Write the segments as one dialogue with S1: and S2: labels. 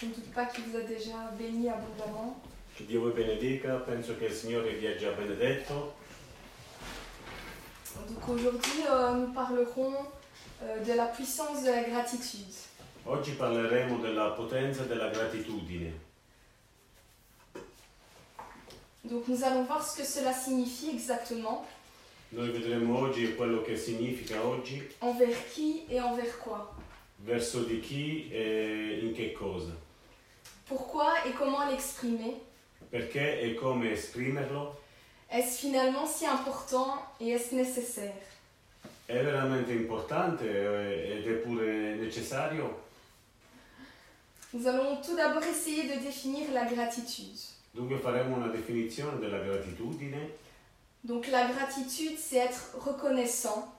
S1: Je ne doute pas qu'il vous a déjà béni abondamment.
S2: Che Dio vi benedica, penso che il Signore vi ha già benedetto.
S1: Donc aujourd'hui, euh, nous parlerons euh, de la puissance de la gratitude.
S2: Oggi parleremo della potenza della gratitudine.
S1: Donc nous allons voir ce que cela signifie exactement,
S2: Noi vedremo oggi quello che significa oggi,
S1: envers qui et envers quoi.
S2: verso di chi e in che cosa,
S1: Pourquoi et comment l'exprimer
S2: perché e come esprimerlo.
S1: Est-ce finalement si important et est-ce nécessaire
S2: È veramente importante eh, ed è pure necessario.
S1: Nous allons tout d'abord essayer de définir la gratitude.
S2: Dunque faremo una definizione della gratitudine.
S1: Donc la gratitude, c'est être reconnaissant,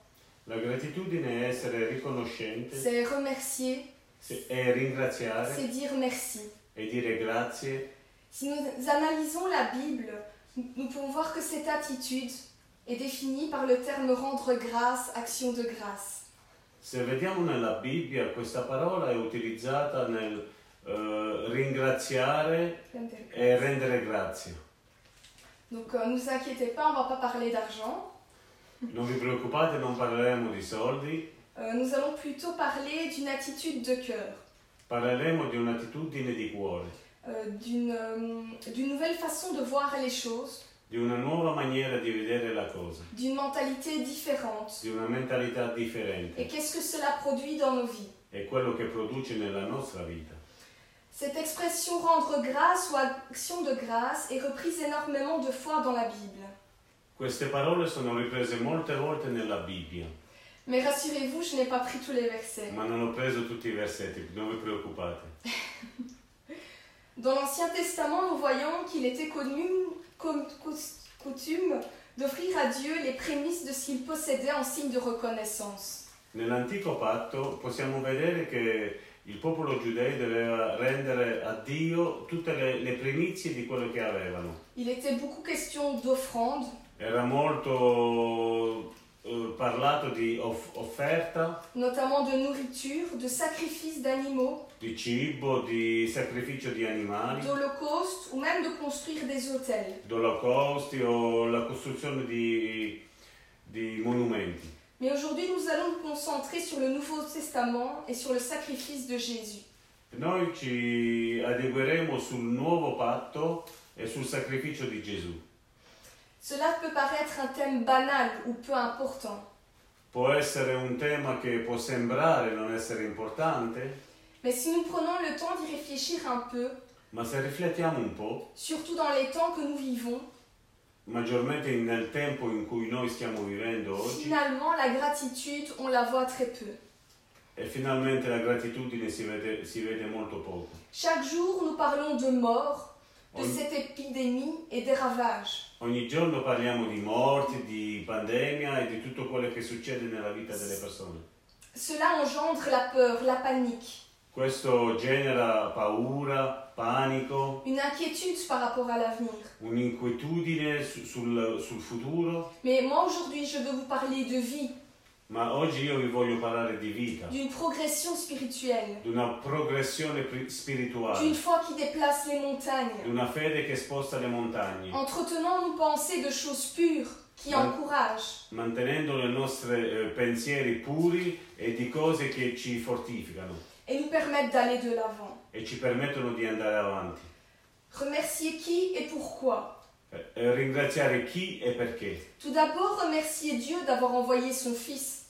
S2: La gratitudine è essere riconoscente
S1: c'est remercier,
S2: se- è ringraziare
S1: c'est dire merci.
S2: e dire grazie.
S1: Si nous analysons la Bible, nous nous pouvons voir que cette attitude est définie par le terme rendre grâce, action de grâce.
S2: Se vediamo nella Bibbia questa parola è utilizzata nel eh, ringraziare e rendere grazie.
S1: Donc euh, ne vous inquiétez pas, on ne va pas parler d'argent.
S2: Non vi preoccupate, non parleremo di soldi,
S1: Euh, nous allons plutôt parler d'une attitude de cœur,
S2: parleremo di un'attitudine di cuore,
S1: euh, d'une euh, d'une nouvelle façon de voir les choses,
S2: di una nuova maniera di vedere la cosa,
S1: d'une mentalité différente.
S2: di una mentalità
S1: Et
S2: differente.
S1: qu'est-ce que cela produit dans nos vies
S2: È quello che produce nella nostra vita.
S1: Cette expression rendre grâce ou action de grâce est reprise énormément de fois dans la Bible.
S2: Queste parole sono riprese molte volte nella Bibbia,
S1: Mais rassurez-vous, je n'ai pas pris tous les versets.
S2: ma non ho preso tutti i versetti, non vi preoccupate.
S1: Dans l'Ancien Testament, nous voyons qu'il était connu comme cous- coutume d'offrir à Dieu les prémices de ce qu'il possédait en signe de reconnaissance.
S2: Nell'antico patto possiamo vedere che il popolo giudeo doveva rendere a Dio tutte le, le primizie di quello che avevano.
S1: Il était beaucoup question d'offrandes,
S2: Era molto eh, parlato di off- offerta,
S1: notamment de nourriture, de sacrifices d'animaux,
S2: di cibo, di sacrificio di animali,
S1: d'holocaustes ou même de construire des autels.
S2: d'olocausti o la costruzione di- di monumenti.
S1: Mais aujourd'hui, nous allons nous concentrer sur le Nouveau Testament et sur le sacrifice de Jésus.
S2: Noi ci adegueremo sul nuovo patto e sul sacrificio di Gesù.
S1: Cela peut paraître un thème banal ou peu important.
S2: Può essere un tema che può sembrare non essere importante,
S1: Mais si nous prenons le temps d'y réfléchir un peu,
S2: ma se riflettiamo un po',
S1: surtout dans les temps que nous vivons,
S2: maggiormente nel tempo in cui noi stiamo vivendo oggi,
S1: finalement la gratitude, on la voit très peu.
S2: e finalmente la gratitudine si vede, si vede molto poco.
S1: Chaque jour, nous parlons de mort, de
S2: Ogni,
S1: cette épidémie et des ravages.
S2: ogni giorno parliamo di morti, di pandemia e di tutto quello che succede nella vita delle persone.
S1: Cela engendre la peur, la panique,
S2: Questo genera paura, panico,
S1: une inquiétude par rapport à l'avenir.
S2: un'inquietudine su- sul, sul futuro,
S1: Mais moi aujourd'hui, je veux vous parler de vie,
S2: ma oggi io vi voglio parlare di vita,
S1: d'une progression spirituelle,
S2: di una progressione pri-
S1: d'une
S2: spirituale,
S1: foi qui déplace les
S2: di
S1: montagnes,
S2: una fede che sposta le montagne,
S1: entretenant nos pensées de choses pures qui
S2: Ouais.
S1: encouragent.
S2: mantenendo le nostre eh, pensieri puri e di cose che ci fortificano
S1: et nous permettent d'aller de l'avant.
S2: e ci permettono di andare avanti.
S1: Remercier qui et pourquoi
S2: Eh, eh, ringraziare chi e perché.
S1: Tout d'abord, remercier Dieu d'avoir envoyé son Fils.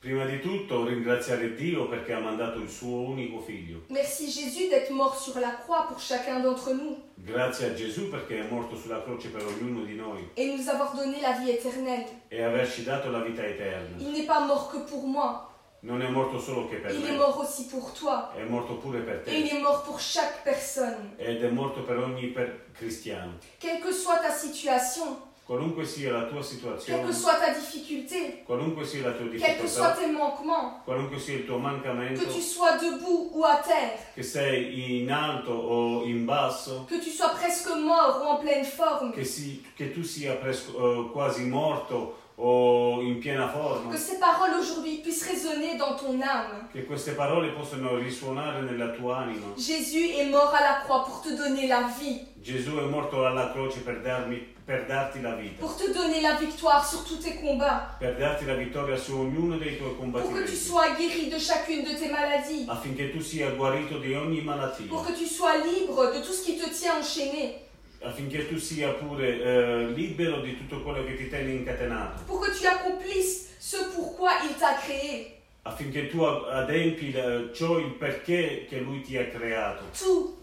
S2: Prima di tutto ringraziare Dio perché ha mandato il suo unico figlio.
S1: Merci Jésus d'être mort sur la croix pour chacun d'entre nous
S2: Grazie a Gesù perché è morto sulla croce per ognuno di noi
S1: et nous avoir donné la vie éternelle.
S2: e averci dato la vita eterna.
S1: Il n'est pas mort que pour moi,
S2: Non è morto solo che per
S1: il est
S2: me,
S1: mort aussi pour toi
S2: è morto pure per
S1: et il
S2: te
S1: est mort pour chaque personne.
S2: ed è morto per ogni per- cristiano.
S1: Quelle que soit ta situation,
S2: Qualunque sia la
S1: quelle
S2: tua
S1: que
S2: situazione,
S1: soit ta difficulté,
S2: qualunque sia la tua
S1: quels que soient
S2: difficoltà,
S1: tes manquements,
S2: qualunque sia il tuo
S1: que tu
S2: mancamento,
S1: sois debout ou à terre,
S2: che sei in alto o in basso,
S1: que tu sois presque mort ou en pleine forme,
S2: che, si- che tu sia pres- eh, quasi morto o in piena forma.
S1: Que ces paroles aujourd'hui puissent résonner dans ton âme.
S2: Che queste parole possano risuonare nella tua anima.
S1: Jésus est mort à la croix pour te donner la vie,
S2: Gesù è morto alla croce per, darmi, per darti la vita,
S1: pour te donner la victoire sur tous tes combats,
S2: per darti la vittoria su ognuno dei tuoi
S1: pour que tu
S2: combattimenti,
S1: sois guéri de chacune de tes maladies,
S2: affinché tu sia guarito di ogni malattia,
S1: pour que tu sois libre de tout ce qui te tient enchaîné,
S2: affinché tu sia pure eh, libero di tutto quello che ti tiene incatenato,
S1: pour que tu accomplisses ce pourquoi il t'a créé.
S2: affinché tu a- adempi eh, ciò il perché che lui ti ha creato,
S1: Tout,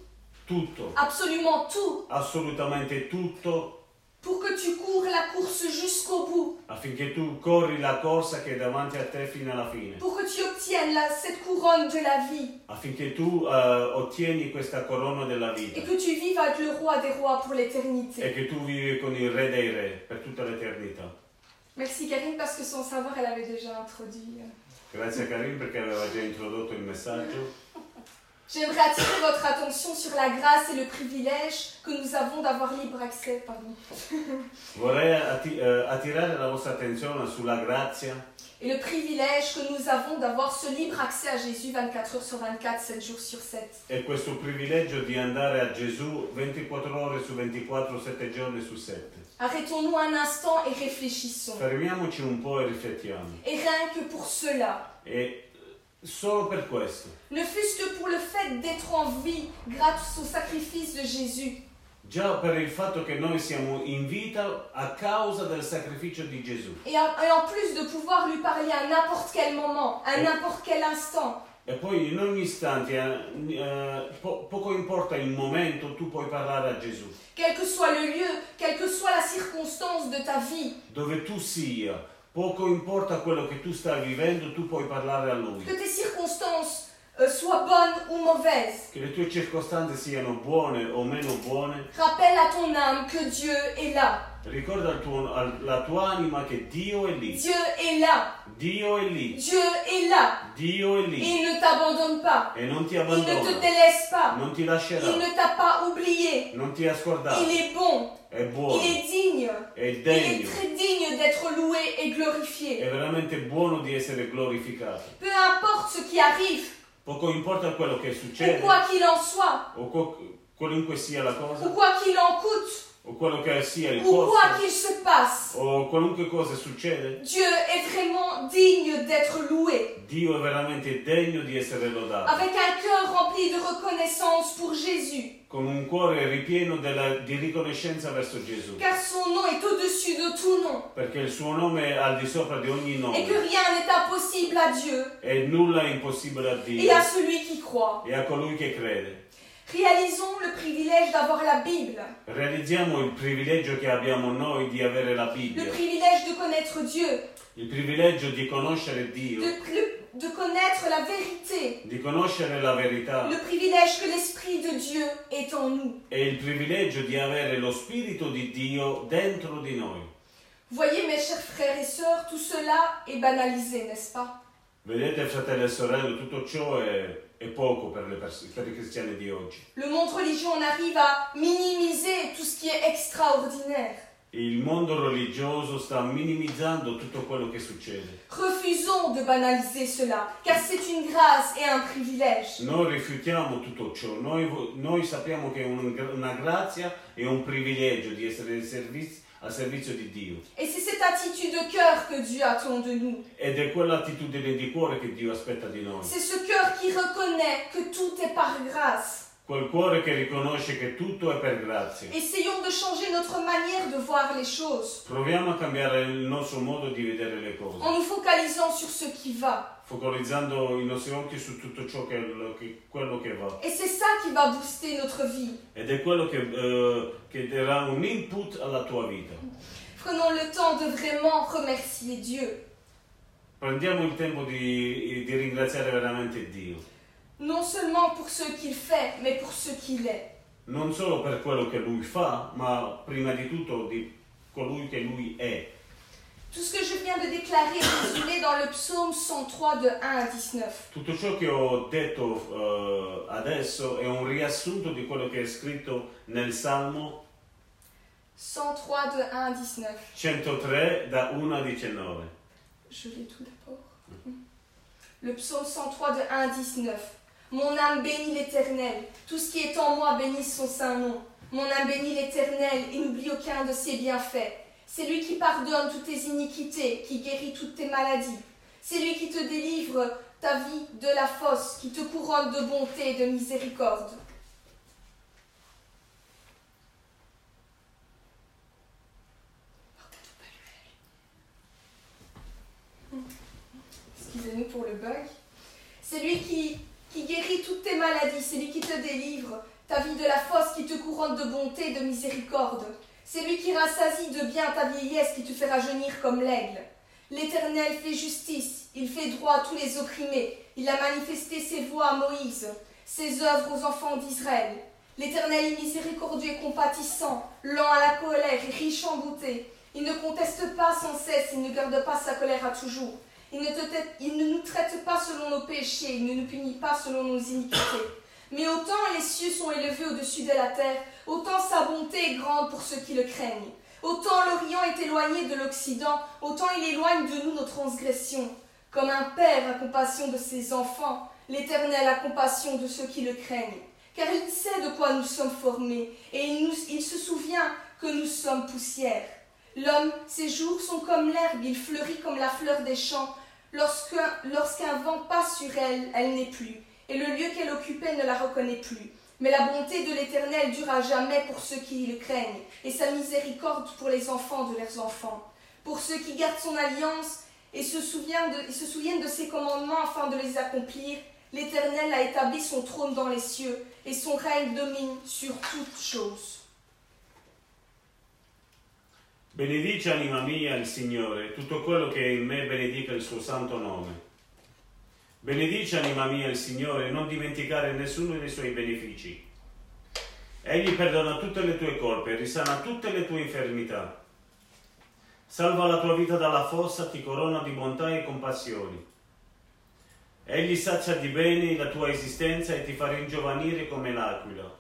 S2: tutto,
S1: absolument tout,
S2: assolutamente tutto,
S1: pour que tu cours la course jusqu'au bout,
S2: affinché tu corri la corsa che è davanti a te fino alla fine,
S1: pour que tu obtiennes la- cette couronne de la vie
S2: affinché tu eh, ottieni questa corona della
S1: et
S2: vita.
S1: que tu vives avec le roi des rois pour l'éternité.
S2: e che tu vivi con il Re dei Re per tutta l'eternità.
S1: Merci Karine parce que sans savoir elle avait déjà introduit. euh,
S2: Grazie a Karim perché aveva già introdotto il messaggio.
S1: J'aimerais attirer votre attention sur la grâce et le privilège que nous avons d'avoir libre accès. Pardon.
S2: Vorrei atti- eh, attirare la vostra attenzione sulla grazia
S1: Et le privilège que nous avons d'avoir ce libre accès à Jésus 24 heures sur 24, 7 jours sur 7.
S2: e questo privilegio di andare a Gesù 24 ore su 24, 7 giorni su 7.
S1: Arrêtons-nous un instant et réfléchissons.
S2: Fermiamoci un po' e riflettiamo.
S1: Et rien que pour cela,
S2: E solo per questo,
S1: ne fût-ce que pour le fait d'être en vie grâce au sacrifice de Jésus,
S2: già per il fatto che noi siamo in vita a causa del sacrificio di Gesù
S1: et en, et en plus de pouvoir lui parler à n'importe quel moment, à n'importe quel instant,
S2: E poi in ogni istante, eh, eh, po- poco importa il momento, tu puoi parlare a Gesù.
S1: Quel que soit le lieu, quelle que soit la circonstance de ta vie,
S2: Dove tu sia, poco importa quello che tu stai vivendo, tu puoi parlare a
S1: que
S2: Lui.
S1: tes circonstances euh, soient bonnes ou mauvaises,
S2: Che le tue circostanze siano buone o meno buone,
S1: rappelle à ton âme que Dieu est là.
S2: ricorda al tuo- alla tua anima che Dio è lì.
S1: Dieu est là.
S2: Dio è lì.
S1: Dieu est là.
S2: Dio è
S1: Et
S2: lì.
S1: il ne t'abandonne pas.
S2: E non ti
S1: Il ne te
S2: abbandona,
S1: délaisse pas.
S2: non ti
S1: Il
S2: lascerà,
S1: ne t'a pas oublié.
S2: non ti ha scordato.
S1: Il est bon.
S2: È
S1: Il
S2: buono,
S1: est digne.
S2: è
S1: Il est
S2: degno,
S1: très digne d'être loué et
S2: è
S1: glorifié.
S2: veramente buono di essere glorificato.
S1: Peu importe ce qui arrive,
S2: Poco importa quello che
S1: ou
S2: succede.
S1: quoi qu'il en soit,
S2: o co- qualunque sia la
S1: ou
S2: cosa,
S1: quoi qu'il en coûte,
S2: o quello che sia
S1: ou
S2: il
S1: quoi
S2: costo,
S1: qu'il se passe.
S2: o qualunque cosa succede,
S1: Dieu est vraiment digne d'être loué.
S2: Dio è veramente degno di essere lodato,
S1: Avec un cœur rempli de reconnaissance pour Jésus,
S2: con un cuore ripieno della- di riconoscenza verso Gesù,
S1: car son nom est au-dessus de tout nom,
S2: perché il suo nome è al di sopra di ogni
S1: et que
S2: nome,
S1: rien n'est impossible à Dieu
S2: e nulla è impossibile a
S1: et
S2: Dio
S1: à celui qui croit.
S2: e a colui che crede.
S1: Réalisons le privilège d'avoir la Bible,
S2: Realizziamo il privilegio che abbiamo noi di avere la
S1: le
S2: Bibbia,
S1: privilège de connaître Dieu,
S2: il privilegio di conoscere
S1: de,
S2: Dio,
S1: le- de connaître la vérité,
S2: di conoscere la verità
S1: le privilège que l'Esprit de Dieu est en nous.
S2: e il privilegio di avere lo Spirito di Dio dentro di noi.
S1: Voyez mes chers frères et sœurs, tout cela est banalisé, n'est-ce pas
S2: Vedete fratelli e sorelle, tutto ciò è, è poco per, le pers- per i cristiani di oggi.
S1: Le monde religieux, on arrive à minimiser tout ce qui est extraordinaire.
S2: Il mondo religioso sta minimizzando tutto quello che succede.
S1: Refusons de banaliser cela, car c'est une grâce et un privilège.
S2: Noi rifiutiamo tutto ciò, noi, vo- noi sappiamo che è un- una grazia e un privilegio di essere al serviz- al servizio di Dio.
S1: Et c'est cette attitude de cœur que Dieu attend de nous.
S2: Ed è quell'attitudine di cuore che Dio aspetta di noi.
S1: C'est ce cœur qui reconnaît que tout est par grâce.
S2: Quel cuore che riconosce che tutto è per grazia.
S1: Essayons de changer notre manière de voir les choses
S2: Proviamo a cambiare il nostro modo di vedere le cose.
S1: en nous focalisant sur ce qui va.
S2: focalizzando i nostri occhi su tutto ciò che, che- quello che va
S1: Et c'est ça qui va booster notre vie.
S2: ed è quello che, eh, che darà un input alla tua vita.
S1: Prenons le temps de vraiment remercier Dieu,
S2: Prendiamo il tempo di, di ringraziare veramente Dio,
S1: non seulement pour ce qu'il fait, mais pour ce qu'il est.
S2: non solo per quello che Lui fa, ma prima di tutto di colui che Lui è.
S1: Tout ce que je viens de déclarer est résumé dans le psaume 103 de 1 à 19.
S2: Tutto ciò che ho detto eh, adesso è un riassunto di quello che è scritto nel Salmo
S1: 103 de 1 à 19.
S2: 103 da 1 a 19.
S1: Je lis tout d'abord. Mm. Le psaume 103 de 1 à 19. Mon âme bénit l'Éternel. Tout ce qui est en moi bénit son saint nom. Mon âme bénit l'Éternel et n'oublie aucun de ses bienfaits. C'est lui qui pardonne toutes tes iniquités, qui guérit toutes tes maladies. C'est lui qui te délivre ta vie de la fosse, qui te couronne de bonté et de miséricorde. Excusez-nous pour le bug. C'est lui qui, qui guérit toutes tes maladies, c'est lui qui te délivre ta vie de la fosse, qui te couronne de bonté et de miséricorde. C'est lui qui rassasie de bien ta vieillesse, qui te fait rajeunir comme l'aigle. L'Éternel fait justice, il fait droit à tous les opprimés, il a manifesté ses voies à Moïse, ses œuvres aux enfants d'Israël. L'Éternel est miséricordieux et compatissant, lent à la colère et riche en bonté. Il ne conteste pas sans cesse, il ne garde pas sa colère à toujours. Il ne, te tait- il ne nous traite pas selon nos péchés, il ne nous punit pas selon nos iniquités. Mais autant les cieux sont élevés au-dessus de la terre, autant sa bonté est grande pour ceux qui le craignent. Autant l'Orient est éloigné de l'Occident, autant il éloigne de nous nos transgressions. Comme un père a compassion de ses enfants, l'Éternel a compassion de ceux qui le craignent. Car il sait de quoi nous sommes formés, et il, nous- il se souvient que nous sommes poussière. L'homme, ses jours sont comme l'herbe, il fleurit comme la fleur des champs. Lorsque- Lorsqu'un vent passe sur elle, elle n'est plus, et le lieu qu'elle occupait ne la reconnaît plus. Mais la bonté de l'Éternel dure à jamais pour ceux qui le craignent, et sa miséricorde pour les enfants de leurs enfants. Pour ceux qui gardent son alliance et se souviennent de, et se souviennent de ses commandements afin de les accomplir, l'Éternel a établi son trône dans les cieux, et son règne domine sur toutes choses.
S2: Benedice anima mia il Signore, tutto quello che è in me benedica il suo santo nome. Benedice anima mia il Signore, non dimenticare nessuno dei suoi benefici. Egli perdona tutte le tue colpe, risana tutte le tue infermità. Salva la tua vita dalla fossa, ti corona di bontà e compassioni. Egli sazia di beni la tua esistenza e ti fa ringiovanire come l'aquila.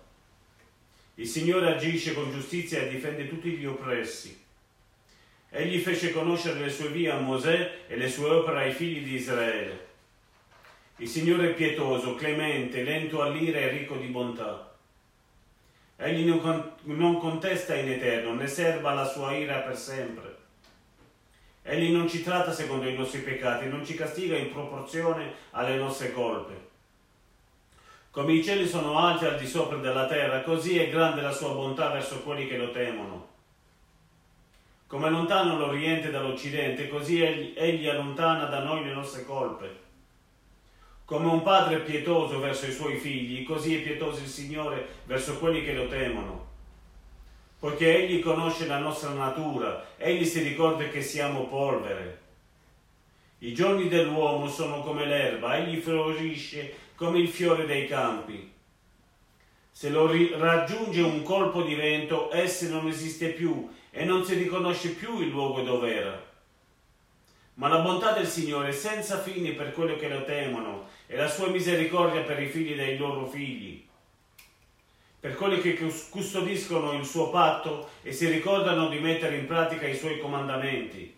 S2: Il Signore agisce con giustizia e difende tutti gli oppressi. Egli fece conoscere le sue vie a Mosè e le sue opere ai figli di Israele. Il Signore è pietoso, clemente, lento all'ira e ricco di bontà. Egli non, con- non contesta in eterno, né serva la sua ira per sempre. Egli non ci tratta secondo i nostri peccati, non ci castiga in proporzione alle nostre colpe. Come i cieli sono alti al di sopra della terra, così è grande la sua bontà verso quelli che lo temono. Come è lontano l'Oriente dall'Occidente, così egli, egli allontana da noi le nostre colpe. Come un padre è pietoso verso i suoi figli, così è pietoso il Signore verso quelli che lo temono. Poiché egli conosce la nostra natura, egli si ricorda che siamo polvere. I giorni dell'uomo sono come l'erba, egli fiorisce come il fiore dei campi. Se lo ri- raggiunge un colpo di vento, esse non esiste più e non si riconosce più il luogo dove era. Ma la bontà del Signore è senza fine per quelli che lo temono e la sua misericordia per i figli dei loro figli. Per quelli che cus- custodiscono il suo patto e si ricordano di mettere in pratica i suoi comandamenti.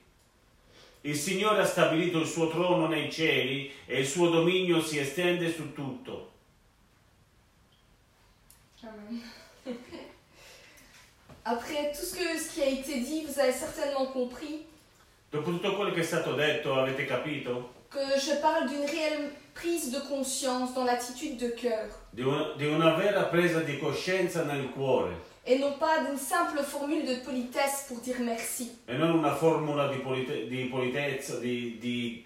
S2: Il Signore ha stabilito il suo trono nei cieli e il suo dominio si estende su tutto.
S1: Amen. Après tout ce, que- ce qui a été dit, vous avez certainement compris
S2: Dopo tutto quello che è stato detto, avete capito?
S1: que je parle d'une réelle prise de conscience dans l'attitude de cœur
S2: Di una, di una vera presa di coscienza nel cuore
S1: et non pas d'une simple formule de politesse pour dire merci.
S2: e non una formula di, polite- di politezza, di, di-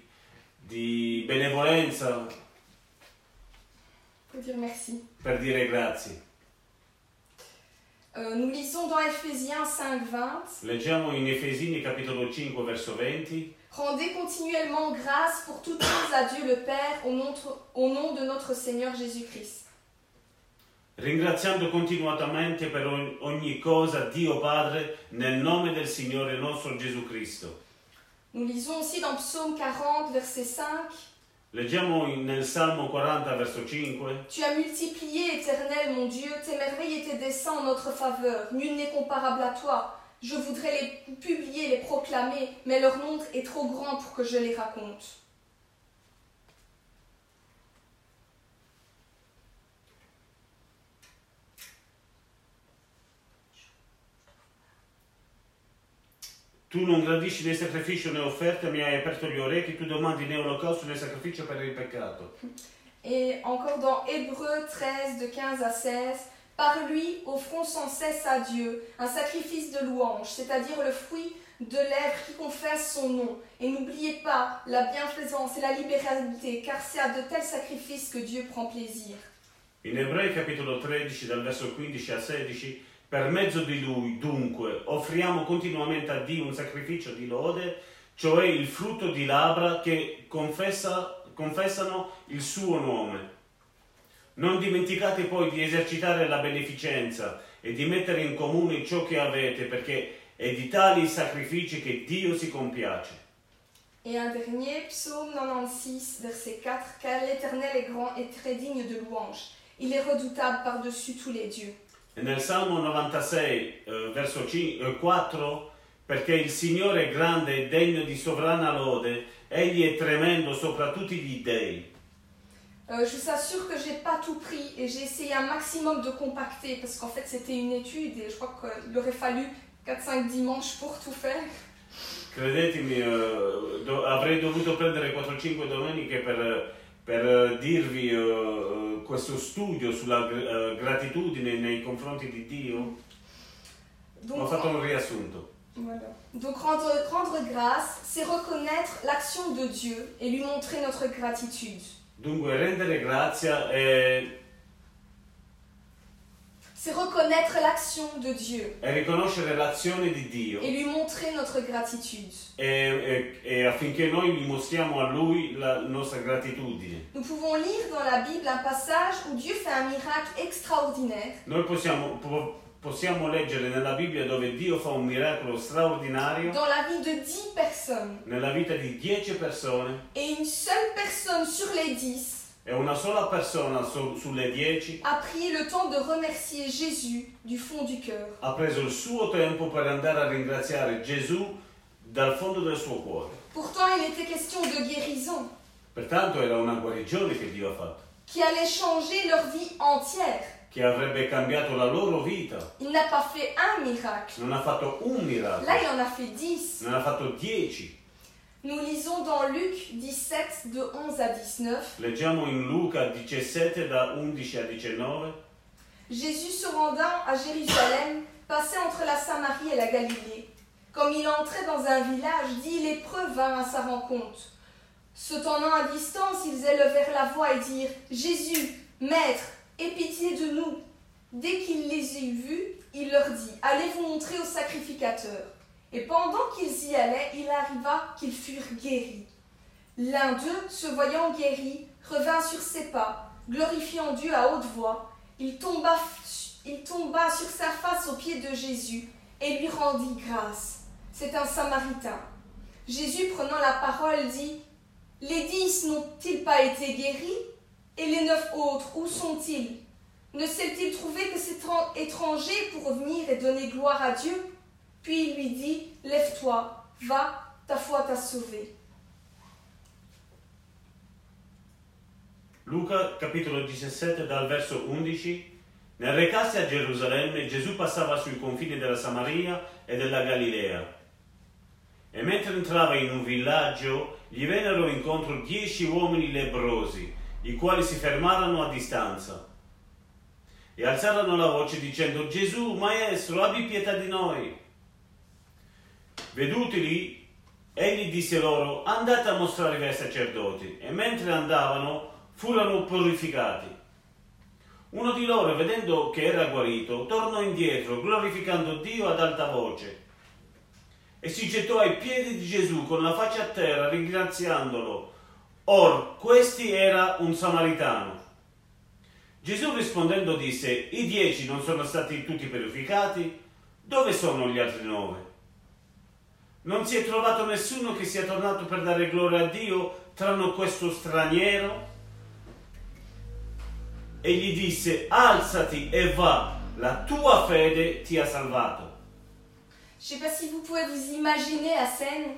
S2: di benevolenza
S1: Pour dire merci.
S2: per dire grazie.
S1: Euh, nous lisons dans Ephésiens 5, 20
S2: Leggiamo in Efesini capitolo 5 verso 20.
S1: Rendez continuellement grâce pour toutes choses à Dieu le Père au nom, au nom de notre Seigneur Jésus-Christ.
S2: Ringraziando continuatamente per ogni- ogni cosa Dio Padre nel nome del Signore nostro Gesù Cristo.
S1: Nous lisons aussi dans Psaume 40, verset 5
S2: Leggiamo in- nel Salmo 40, verso 5.
S1: Tu as multiplié, éternel mon Dieu, tes merveilles et tes desseins en notre faveur. Nul n'est comparable à toi. Je voudrais les publier, les proclamer, mais leur nombre est trop grand pour que je les raconte.
S2: Tu non gradisci né sacrificio né offerta, mi hai aperto gli orecchi, tu domandi né olocausto né sacrificio per il peccato.
S1: Et encore dans Hébreux 13, de 15 à 16, par lui offrons sans cesse à Dieu un sacrifice de louange, c'est-à-dire le fruit de lèvres qui confessent son nom. Et n'oubliez pas la bienfaisance et la libéralité, car c'est à de tels sacrifices que Dieu prend plaisir.
S2: In Ebrei capitolo 13, dal verso 15 al 16, per mezzo di lui, dunque, offriamo continuamente a Dio un sacrificio di lode, cioè il frutto di labbra che confessa- confessano il suo nome. Non dimenticate poi di esercitare la beneficenza e di mettere in comune ciò che avete, perché è di tali sacrifici che Dio si compiace.
S1: Et un dernier, psaume 96, verset 4, car l'Éternel est grand et très digne de louange. Il est redoutable par-dessus tous les dieux.
S2: E nel Salmo 96, eh, verso cin- eh, 4, perché il Signore è grande e degno di sovrana lode, egli è tremendo sopra tutti gli dei.
S1: Euh, je vous assure que j'ai pas tout pris et j'ai essayé un maximum de compacter parce qu'en fait c'était une étude et je crois qu'il aurait fallu 4-5 dimanches pour tout faire.
S2: Credetemi, eh, do- avrei dovuto prendere 4-5 domeniche per, per, eh, dirvi eh, eh, questo studio sulla gr- eh, gratitudine nei confronti di Dio.
S1: Donc,
S2: Ho fatto un riassunto.
S1: voilà. Donc rendre, rendre grâce, c'est reconnaître l'action de Dieu et lui montrer notre gratitude.
S2: Dunque, rendere grazia è,
S1: C'est reconnaître l'action de Dieu
S2: è riconoscere l'azione di Dio.
S1: et lui montrer notre gratitude.
S2: e, e- e affinché noi dimostriamo a Lui la nostra gratitudine.
S1: Nous pouvons lire dans la Bible un passage où Dieu fait un miracle extraordinaire
S2: Noi possiamo, po- possiamo leggere nella Bibbia dove Dio fa un miracolo straordinario
S1: dans la vie de 10 personnes
S2: nella vita di 10 persone
S1: et une seule personne sur les 10
S2: e una sola persona su- sulle 10
S1: a pris le temps de remercier Jésus du fond du cœur.
S2: ha preso il suo tempo per andare a ringraziare Gesù dal fondo del suo cuore.
S1: Pourtant, il était question de guérison
S2: Pertanto era una guarigione che Dio ha fatto,
S1: qui allait changer leur vie entière.
S2: che avrebbe cambiato la loro vita.
S1: Il n'a pas fait un miracle.
S2: Non ha fatto un miracolo,
S1: Là, il en a fait 10.
S2: non ha fatto 10.
S1: Nous lisons dans Luc 17 de 11 à 19.
S2: Leggiamo in Luca 17 da 11 a 19.
S1: Jésus se rendant à Jérusalem, passait entre la Samarie et la Galilée. Comme il entrait dans un village, dix lépreux vinrent à sa rencontre. Se tenant à distance, ils élevèrent la voix et dirent Jésus, Maître, aie pitié de nous. Dès qu'il les eut vus, il leur dit Allez vous montrer au sacrificateur. Et pendant qu'ils y allaient, il arriva qu'ils furent guéris. L'un d'eux, se voyant guéri, revint sur ses pas, glorifiant Dieu à haute voix. Il tomba, il tomba sur sa face aux pieds de Jésus et lui rendit grâce. C'est un Samaritain. Jésus, prenant la parole, dit Les dix n'ont-ils pas été guéris Et les neuf autres, où sont-ils Ne s'est-il trouvé que cet en- étranger pour venir et donner gloire à Dieu Puis il lui dit Lève-toi, va, ta foi t'a sauvé.
S2: Luca capitolo 17 dal verso 11 Nel recarsi a Gerusalemme Gesù passava sui confini della Samaria e della Galilea e mentre entrava in un villaggio gli vennero incontro dieci uomini lebrosi i quali si fermarono a distanza e alzarono la voce dicendo Gesù maestro abbi pietà di noi vedutili Egli disse loro, andate a mostrarvi ai sacerdoti. E mentre andavano, furono purificati. Uno di loro, vedendo che era guarito, tornò indietro, glorificando Dio ad alta voce. E si gettò ai piedi di Gesù con la faccia a terra, ringraziandolo. Or, questi era un samaritano. Gesù rispondendo disse, i dieci non sono stati tutti purificati? Dove sono gli altri nove? Non si è trovato nessuno che sia tornato per dare gloria a Dio tranne questo straniero? E gli disse, alzati e va, la tua fede ti ha salvato.
S1: Je ne sais pas si vous pouvez vous imaginer la scène.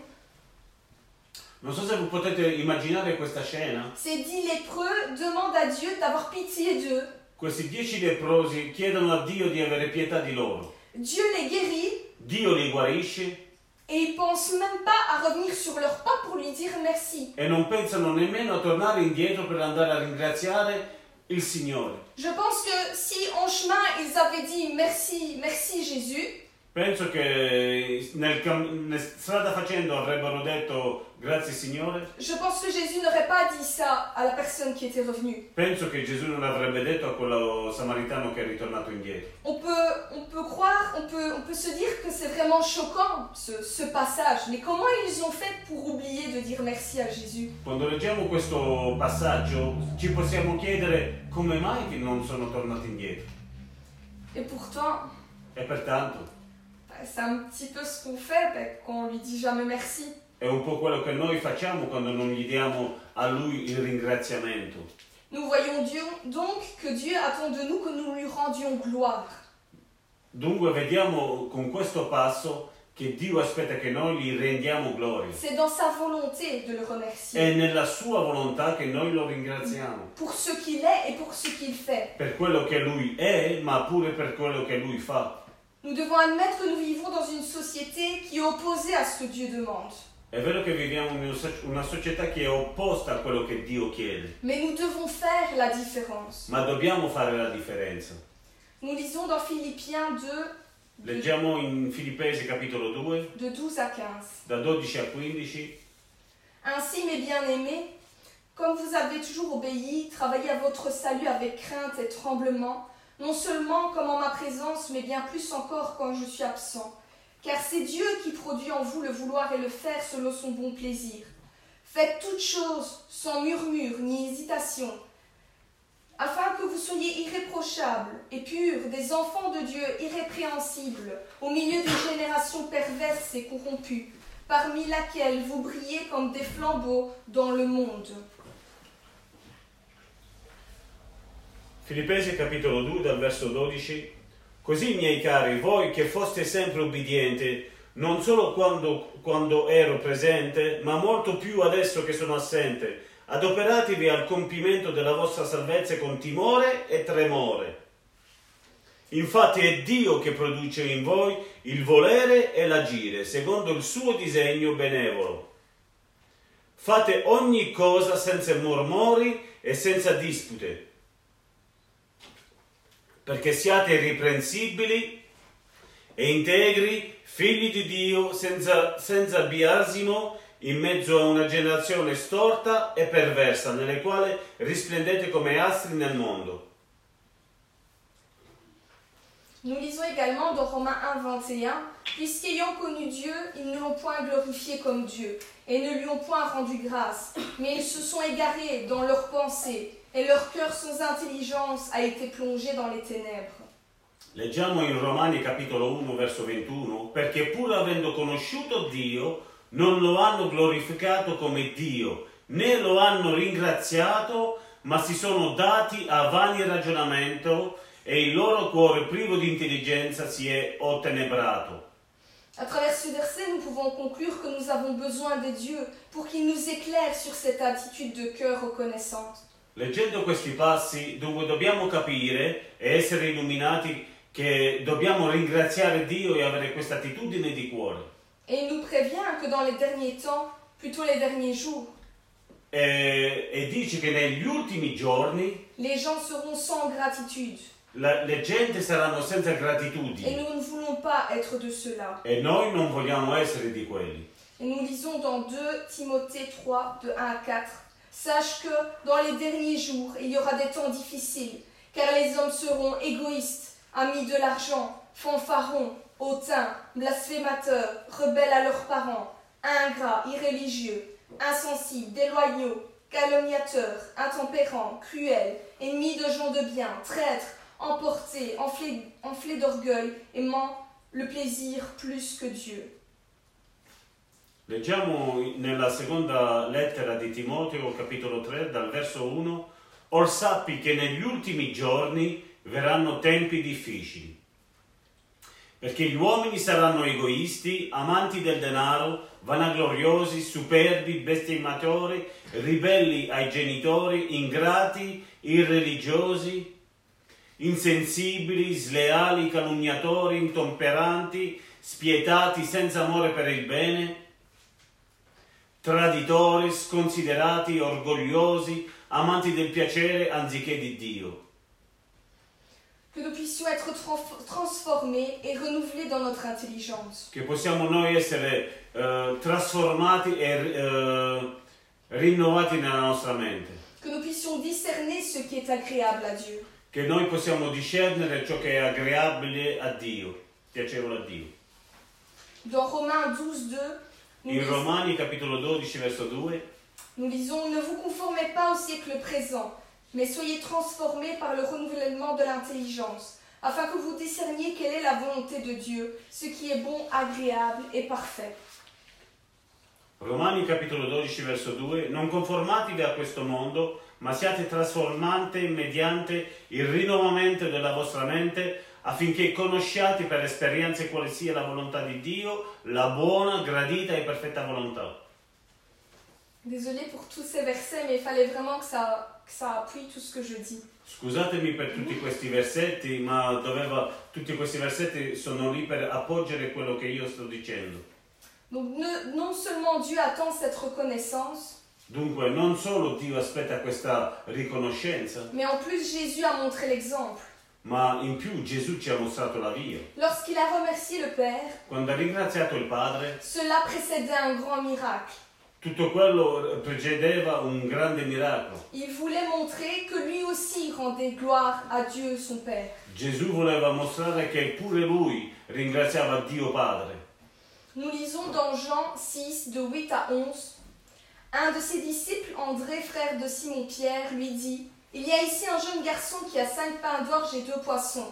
S2: Non so se voi potete immaginare questa scena.
S1: Ces dix lépreux demandent à Dieu d'avoir pitié d'eux.
S2: Questi dieci leprosi chiedono a Dio di avere pietà di loro.
S1: Dieu les guérit
S2: Dio li guarisce
S1: et ils pensent même pas à revenir sur leurs pas pour lui dire merci.
S2: e non pensano nemmeno a tornare indietro per andare a ringraziare il Signore.
S1: Je pense que si en chemin ils avaient dit merci, merci Jésus,
S2: Penso che nel cam- ne- strada facendo avrebbero detto grazie Signore.
S1: je pense que Jésus n'aurait pas dit ça à la personne qui était revenue.
S2: Penso che Gesù non l'avrebbe detto a quello samaritano che è ritornato indietro.
S1: On peut, on peut croire, on peut, on peut se dire que c'est vraiment choquant ce, ce passage, mais comment ils ont fait pour oublier de dire merci à Jésus
S2: Quando leggiamo questo passaggio ci possiamo chiedere come mai che non sono tornati indietro.
S1: Et pourtant,
S2: E pertanto
S1: bah, c'est un petit peu ce qu'on fait bah, quand on lui dit jamais merci.
S2: È un po' quello che noi facciamo quando non gli diamo a lui il ringraziamento.
S1: Nous voyons Dieu, donc que Dieu attend de nous que nous lui rendions gloire.
S2: Dunque vediamo con questo passo che Dio aspetta che noi gli rendiamo gloria.
S1: C'est dans sa volonté de le remercier
S2: È nella sua volontà che noi lo ringraziamo
S1: pour ce qu'il est et pour ce qu'il fait.
S2: per quello che lui è, ma pure per quello che lui fa.
S1: Nous devons admettre que nous vivons dans une société qui est opposée à ce que Dieu demande.
S2: È vero che viviamo in una soc- una società che è opposta a quello che Dio chiede,
S1: Mais nous devons faire la différence.
S2: ma dobbiamo fare la differenza.
S1: Nous lisons dans Philippiens 2, de,
S2: Leggiamo in Filippesi capitolo 2,
S1: de 12 à 15.
S2: da 12 a 15.
S1: Ainsi, mes bien-aimés, comme vous avez toujours obéi, travaillez à votre salut avec crainte et tremblement, non seulement comme en ma présence, mais bien plus encore quand je suis absent. Car c'est Dieu qui produit en vous le vouloir et le faire selon son bon plaisir. Faites toutes choses sans murmure ni hésitation, afin que vous soyez irréprochables et purs, des enfants de Dieu irrépréhensibles, au milieu d'une génération perverse et corrompue parmi laquelle vous brillez comme des flambeaux dans le monde.
S2: Filippesi capitolo 2 dal verso 12 Così miei cari, voi che foste sempre ubbidienti, non solo quando, quando ero presente, ma molto più adesso che sono assente, adoperatevi al compimento della vostra salvezza con timore e tremore. Infatti è Dio che produce in voi il volere e l'agire, secondo il suo disegno benevolo. Fate ogni cosa senza mormori e senza dispute, perché siate irriprensibili e integri, figli di Dio, senza, senza biasimo, in mezzo a una generazione storta e perversa, nelle quale risplendete come astri nel mondo.
S1: Nous lisons également dans Romains 1, 21, Puisqu'ayant connu Dieu, ils ne l'ont point glorifié comme Dieu, et ne lui ont point rendu grâce, mais ils se sont égarés dans leurs pensées, et leur cœur sans intelligence a été plongé dans les ténèbres.
S2: Leggiamo in Romani capitolo 1 verso 21, perché pur avendo conosciuto Dio, non lo hanno glorificato come Dio, né lo hanno ringraziato, ma si sono dati a vani ragionamento e il loro cuore privo di intelligenza si è ottenebrato.
S1: À travers ce verset, nous pouvons conclure que nous avons besoin des dieux pour qu'ils nous éclairent sur cette attitude de cœur reconnaissante.
S2: Leggendo questi passi, dunque dobbiamo capire e essere illuminati che dobbiamo ringraziare Dio e avere questa attitudine di cuore.
S1: Et il nous prévient que dans les derniers temps, plutôt les derniers jours,
S2: Eh, E, e dice che negli ultimi giorni
S1: les gens seront sans gratitude.
S2: La- le gente saranno senza
S1: Et
S2: gratitudine
S1: nous ne voulons pas être de ceux-là.
S2: e noi non vogliamo essere di quelli.
S1: Et nous lisons dans 2 Timothée 3, de 1 à 4. Sache que dans les derniers jours, il y aura des temps difficiles, car les hommes seront égoïstes, amis de l'argent, fanfarons, hautains, blasphémateurs, rebelles à leurs parents, ingrats, irréligieux, insensibles, déloyaux, calomniateurs, intempérants, cruels, ennemis de gens de bien, traîtres, emportés, enflés, enflés d'orgueil, aimant le plaisir plus que Dieu.
S2: Leggiamo nella seconda lettera di Timoteo, capitolo 3, dal verso 1: Or sappi che negli ultimi giorni verranno tempi difficili. Perché gli uomini saranno egoisti, amanti del denaro, vanagloriosi, superbi, bestemmatori, ribelli ai genitori, ingrati, irreligiosi, insensibili, sleali, calunniatori, intemperanti, spietati, senza amore per il bene, traditori, sconsiderati, orgogliosi, amanti del piacere anziché di Dio.
S1: Que nous puissions être tran- transformés et renouvelés dans notre intelligence.
S2: che possiamo noi essere eh, trasformati e eh, rinnovati nella nostra mente,
S1: Que nous puissions discerner ce qui est agréable à Dieu.
S2: che noi possiamo discernere ciò che è agreabile a Dio, piacevole a Dio.
S1: Dans Romains 12, 2, nous,
S2: In
S1: lis-
S2: Romani capitolo 12 verso 2
S1: nous lisons Ne vous conformez pas au siècle présent, mais soyez transformés par le renouvellement de l'intelligence, afin que vous discerniez quelle est la volonté de Dieu, ce qui est bon, agréable et parfait.
S2: Romani capitolo 12 verso 2 Non conformatevi a questo mondo, ma siate trasformati mediante il rinnovamento della vostra mente affinché conosciate per esperienze quale sia la volontà di Dio, la buona, gradita e perfetta volontà.
S1: Désolée pour tous ces versets, mais il fallait vraiment que ça, que ça appuie tout ce que je dis.
S2: Scusatemi per tutti questi versetti, ma doveva, tutti questi versetti sono lì per appoggiare quello che io sto dicendo.
S1: Donc ne- non seulement Dieu attend cette reconnaissance,
S2: Dunque, non solo Dio aspetta questa riconoscenza,
S1: mais en plus Jésus a montré l'exemple.
S2: ma in più Gesù ci ha mostrato la via.
S1: Lorsqu'il a remercié le Père,
S2: Quando ha ringraziato il Padre,
S1: cela précédait un grand miracle.
S2: tutto quello precedeva un grande miracolo.
S1: Il voulait montrer que lui aussi rendait gloire à Dieu son Père.
S2: Gesù voleva mostrare che pure lui ringraziava Dio Padre.
S1: Nous lisons dans Jean 6, de 8 à 11. Un de ses disciples, André, frère de Simon-Pierre, lui dit Il y a ici un jeune garçon qui a cinq pains d'orge et deux poissons.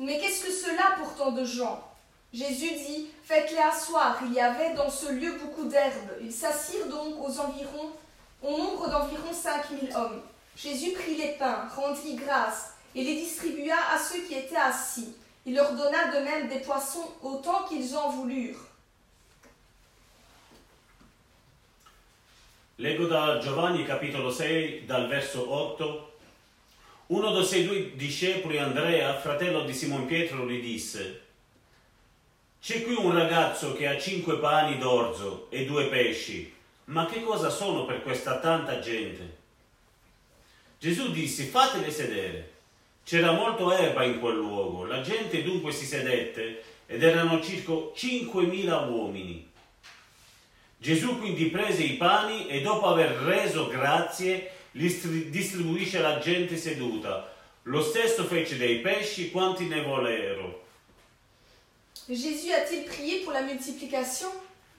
S1: Mais qu'est-ce que cela pour tant de gens Jésus dit Faites-les asseoir. Il y avait dans ce lieu beaucoup d'herbes. Ils s'assirent donc aux environs, au nombre d'environ cinq mille hommes. Jésus prit les pains, rendit grâce et les distribua à ceux qui étaient assis. Il leur donna de même des poissons autant qu'ils en voulurent.
S2: Leggo da Giovanni capitolo 6 dal verso 8. Uno dei suoi due discepoli, Andrea, fratello di Simon Pietro, gli disse, C'è qui un ragazzo che ha cinque pani d'orzo e due pesci, ma che cosa sono per questa tanta gente? Gesù disse, fatele sedere. C'era molto erba in quel luogo, la gente dunque si sedette ed erano circa 5.000 uomini. Gesù quindi prese i pani e dopo aver reso grazie li stri- distribuisce alla gente seduta. Lo stesso fece dei pesci quanti ne volero.
S1: Jésus a-t-il prié pour la multiplication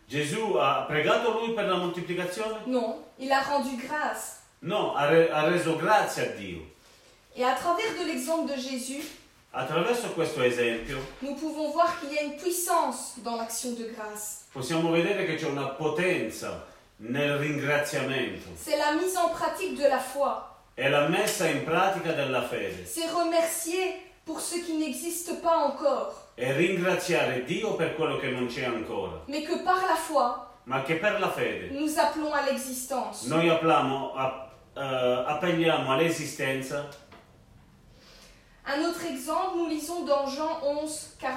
S2: Gesù ha pregato lui per la moltiplicazione?
S1: Non, il a rendu grâce.
S2: No, ha, re- ha reso grazie a Dio.
S1: Et à travers de l'exemple de Jésus,
S2: Attraverso questo esempio
S1: nous pouvons voir qu'il y a une puissance dans l'action de grâce.
S2: possiamo vedere che c'è una potenza nel ringraziamento.
S1: C'est la mise en pratique de la foi.
S2: È la messa in pratica della fede.
S1: C'est remercier pour ce qui n'existe pas encore,
S2: E ringraziare Dio per quello che non c'è ancora,
S1: mais que par la foi,
S2: ma che per la fede
S1: nous appelons à l'existence.
S2: Noi applamo- a- eh, appelliamo all'esistenza.
S1: Un autre exemple, nous lisons dans Jean 11, 40-44.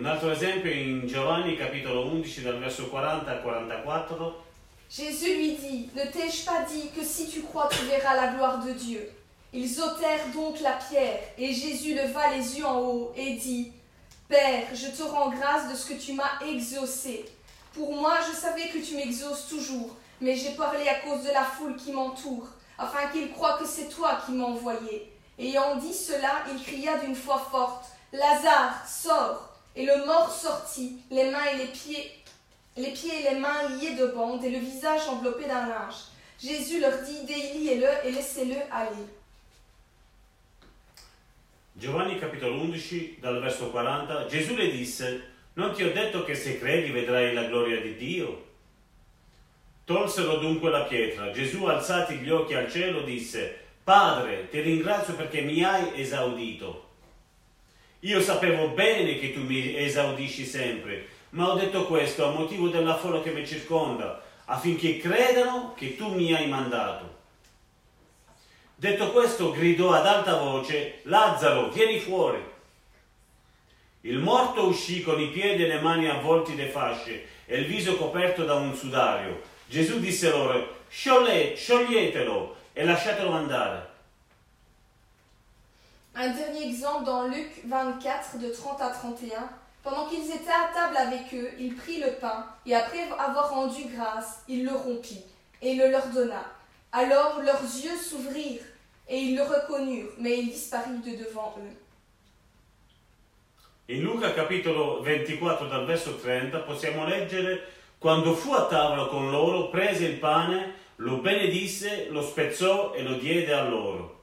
S2: Un altro esempio in Giovanni capitolo 11 dal verso 40 al 44.
S1: Jésus lui dit, Ne t'ai-je pas dit que si tu crois, tu verras la gloire de Dieu Ils ôtèrent donc la pierre, et Jésus leva les yeux en haut et dit, Père, je te rends grâce de ce que tu m'as exaucé. Pour moi, je savais que tu m'exauces toujours, mais j'ai parlé à cause de la foule qui m'entoure, afin qu'ils croient que c'est toi qui m'as envoyé. Ayant dit cela, il cria d'une voix forte, Lazare, sors Et le mort sortit, les mains et les pieds les pieds et les mains liés de bandes et le visage enveloppé d'un linge. Jésus leur dit, déliez-le et laissez-le aller.
S2: Giovanni capitolo 11 dal verso 40. Gesù le disse, non ti ho detto che se credi vedrai la gloria di Dio? Tolsero dunque la pietra. Gesù alzati gli occhi al cielo disse, Padre, ti ringrazio perché mi hai esaudito. Io sapevo bene che tu mi esaudisci sempre, ma ho detto questo a motivo della folla che mi circonda, affinché credano che tu mi hai mandato. Detto questo, gridò ad alta voce, Lazzaro, vieni fuori. Il morto uscì con i piedi e le mani avvolti da fasce e il viso coperto da un sudario. Gesù disse loro, Sciole, scioglietelo e lasciatelo andare.
S1: Un dernier exemple dans Luc 24 de 30 à 31. Pendant qu'ils étaient à table avec eux, il prit le pain et après avoir rendu grâce, il le rompit et le leur donna. Alors leurs yeux s'ouvrirent et ils le reconnurent, mais il disparut de devant eux.
S2: In Luca capitolo 24 dal verso 30 possiamo leggere quando fu a tavola con loro, prese il pane, lo benedisse, lo spezzò e lo diede a loro.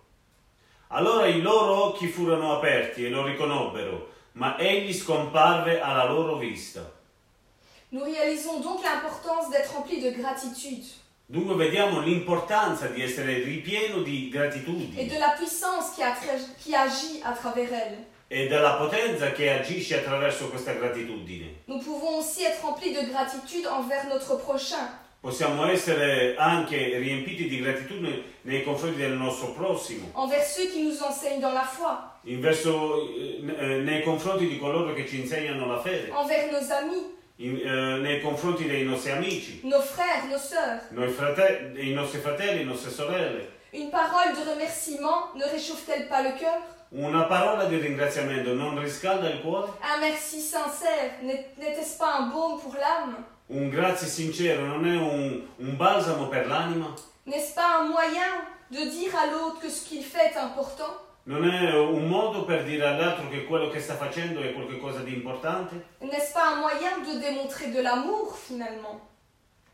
S2: Allora i loro occhi furono aperti e lo riconobbero, ma egli scomparve alla loro vista.
S1: Nous réalisons donc l'importance d'être rempli de gratitude
S2: Dunque vediamo l'importanza di essere ripieno di
S1: et
S2: gratitudine
S1: de la puissance qui, attra- qui agit à travers elle.
S2: e della potenza che agisce attraverso questa gratitudine.
S1: Nous pouvons aussi être remplis de gratitude envers notre prochain.
S2: Possiamo essere anche riempiti di gratitudine nei confronti del nostro prossimo,
S1: envers ceux qui nous enseignent dans la foi,
S2: in verso- eh, eh, nei confronti di coloro che ci insegnano la fede,
S1: envers nos amis,
S2: in- eh, nei confronti dei nostri amici,
S1: nos frères, nos sœurs.
S2: noi frate- i nostri fratelli, le nostre sorelle.
S1: Une parole de remerciement ne réchauffe-t-elle pas le cœur
S2: Una parola di ringraziamento non riscalda il cuore?
S1: Un merci sincère n'est- n'était-ce pas un baume pour l'âme
S2: Un grazie sincero non è un- un balsamo per l'anima?
S1: N'est-ce pas un moyen de dire à l'autre que ce qu'il fait est important
S2: Non è un modo per dire all'altro che quello che sta facendo è qualcosa di importante?
S1: N'est-ce pas un moyen de démontrer de l'amour finalement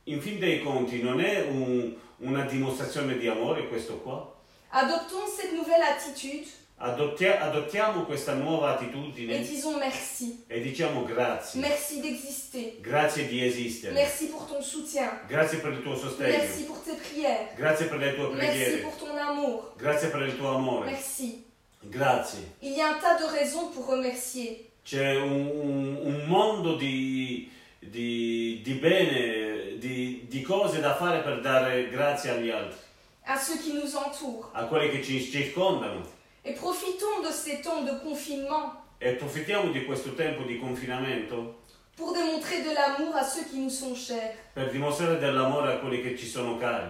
S2: In fin dei conti non è un- una dimostrazione di amore questo qua?
S1: Adoptons cette nouvelle attitude
S2: Adottia- adottiamo questa nuova
S1: et
S2: attitudine
S1: disons merci.
S2: e diciamo grazie.
S1: Merci d'exister.
S2: Grazie di esistere.
S1: Merci pour ton soutien.
S2: Grazie per il tuo sostegno.
S1: Merci pour tes prières.
S2: Grazie per le tue
S1: Merci
S2: preghiere.
S1: pour ton amour.
S2: Grazie per il tuo amore.
S1: Merci.
S2: Grazie.
S1: Il y a un tas de raisons pour remercier.
S2: C'è un, un- un mondo di, di- di bene, di- di cose da fare per dare grazie agli altri,
S1: À ceux qui nous entourent.
S2: a quelli che ci circondano.
S1: Et profitons de ces temps de confinement
S2: E approfittiamo di questo tempo di confinamento
S1: pour démontrer de l'amour à ceux qui nous sont chers.
S2: per dimostrare dell'amore a quelli che ci sono cari.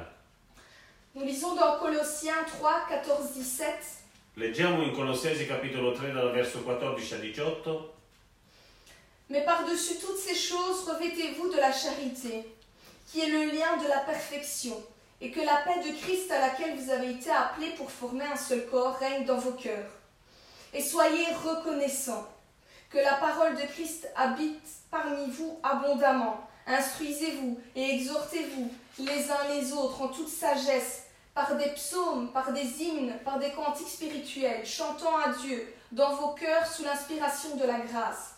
S1: Nous lisons dans Colossiens 3, 14, 17.
S2: Leggiamo in Colossesi capitolo 3 dal verso 14 a 18.
S1: Mais par-dessus toutes ces choses, revêtez-vous de la charité, qui est le lien de la perfection, et que la paix de Christ à laquelle vous avez été appelés pour former un seul corps règne dans vos cœurs. Et soyez reconnaissants que la parole de Christ habite parmi vous abondamment. Instruisez-vous et exhortez-vous les uns les autres en toute sagesse, par des psaumes, par des hymnes, par des cantiques spirituels, chantant à Dieu dans vos cœurs sous l'inspiration de la grâce.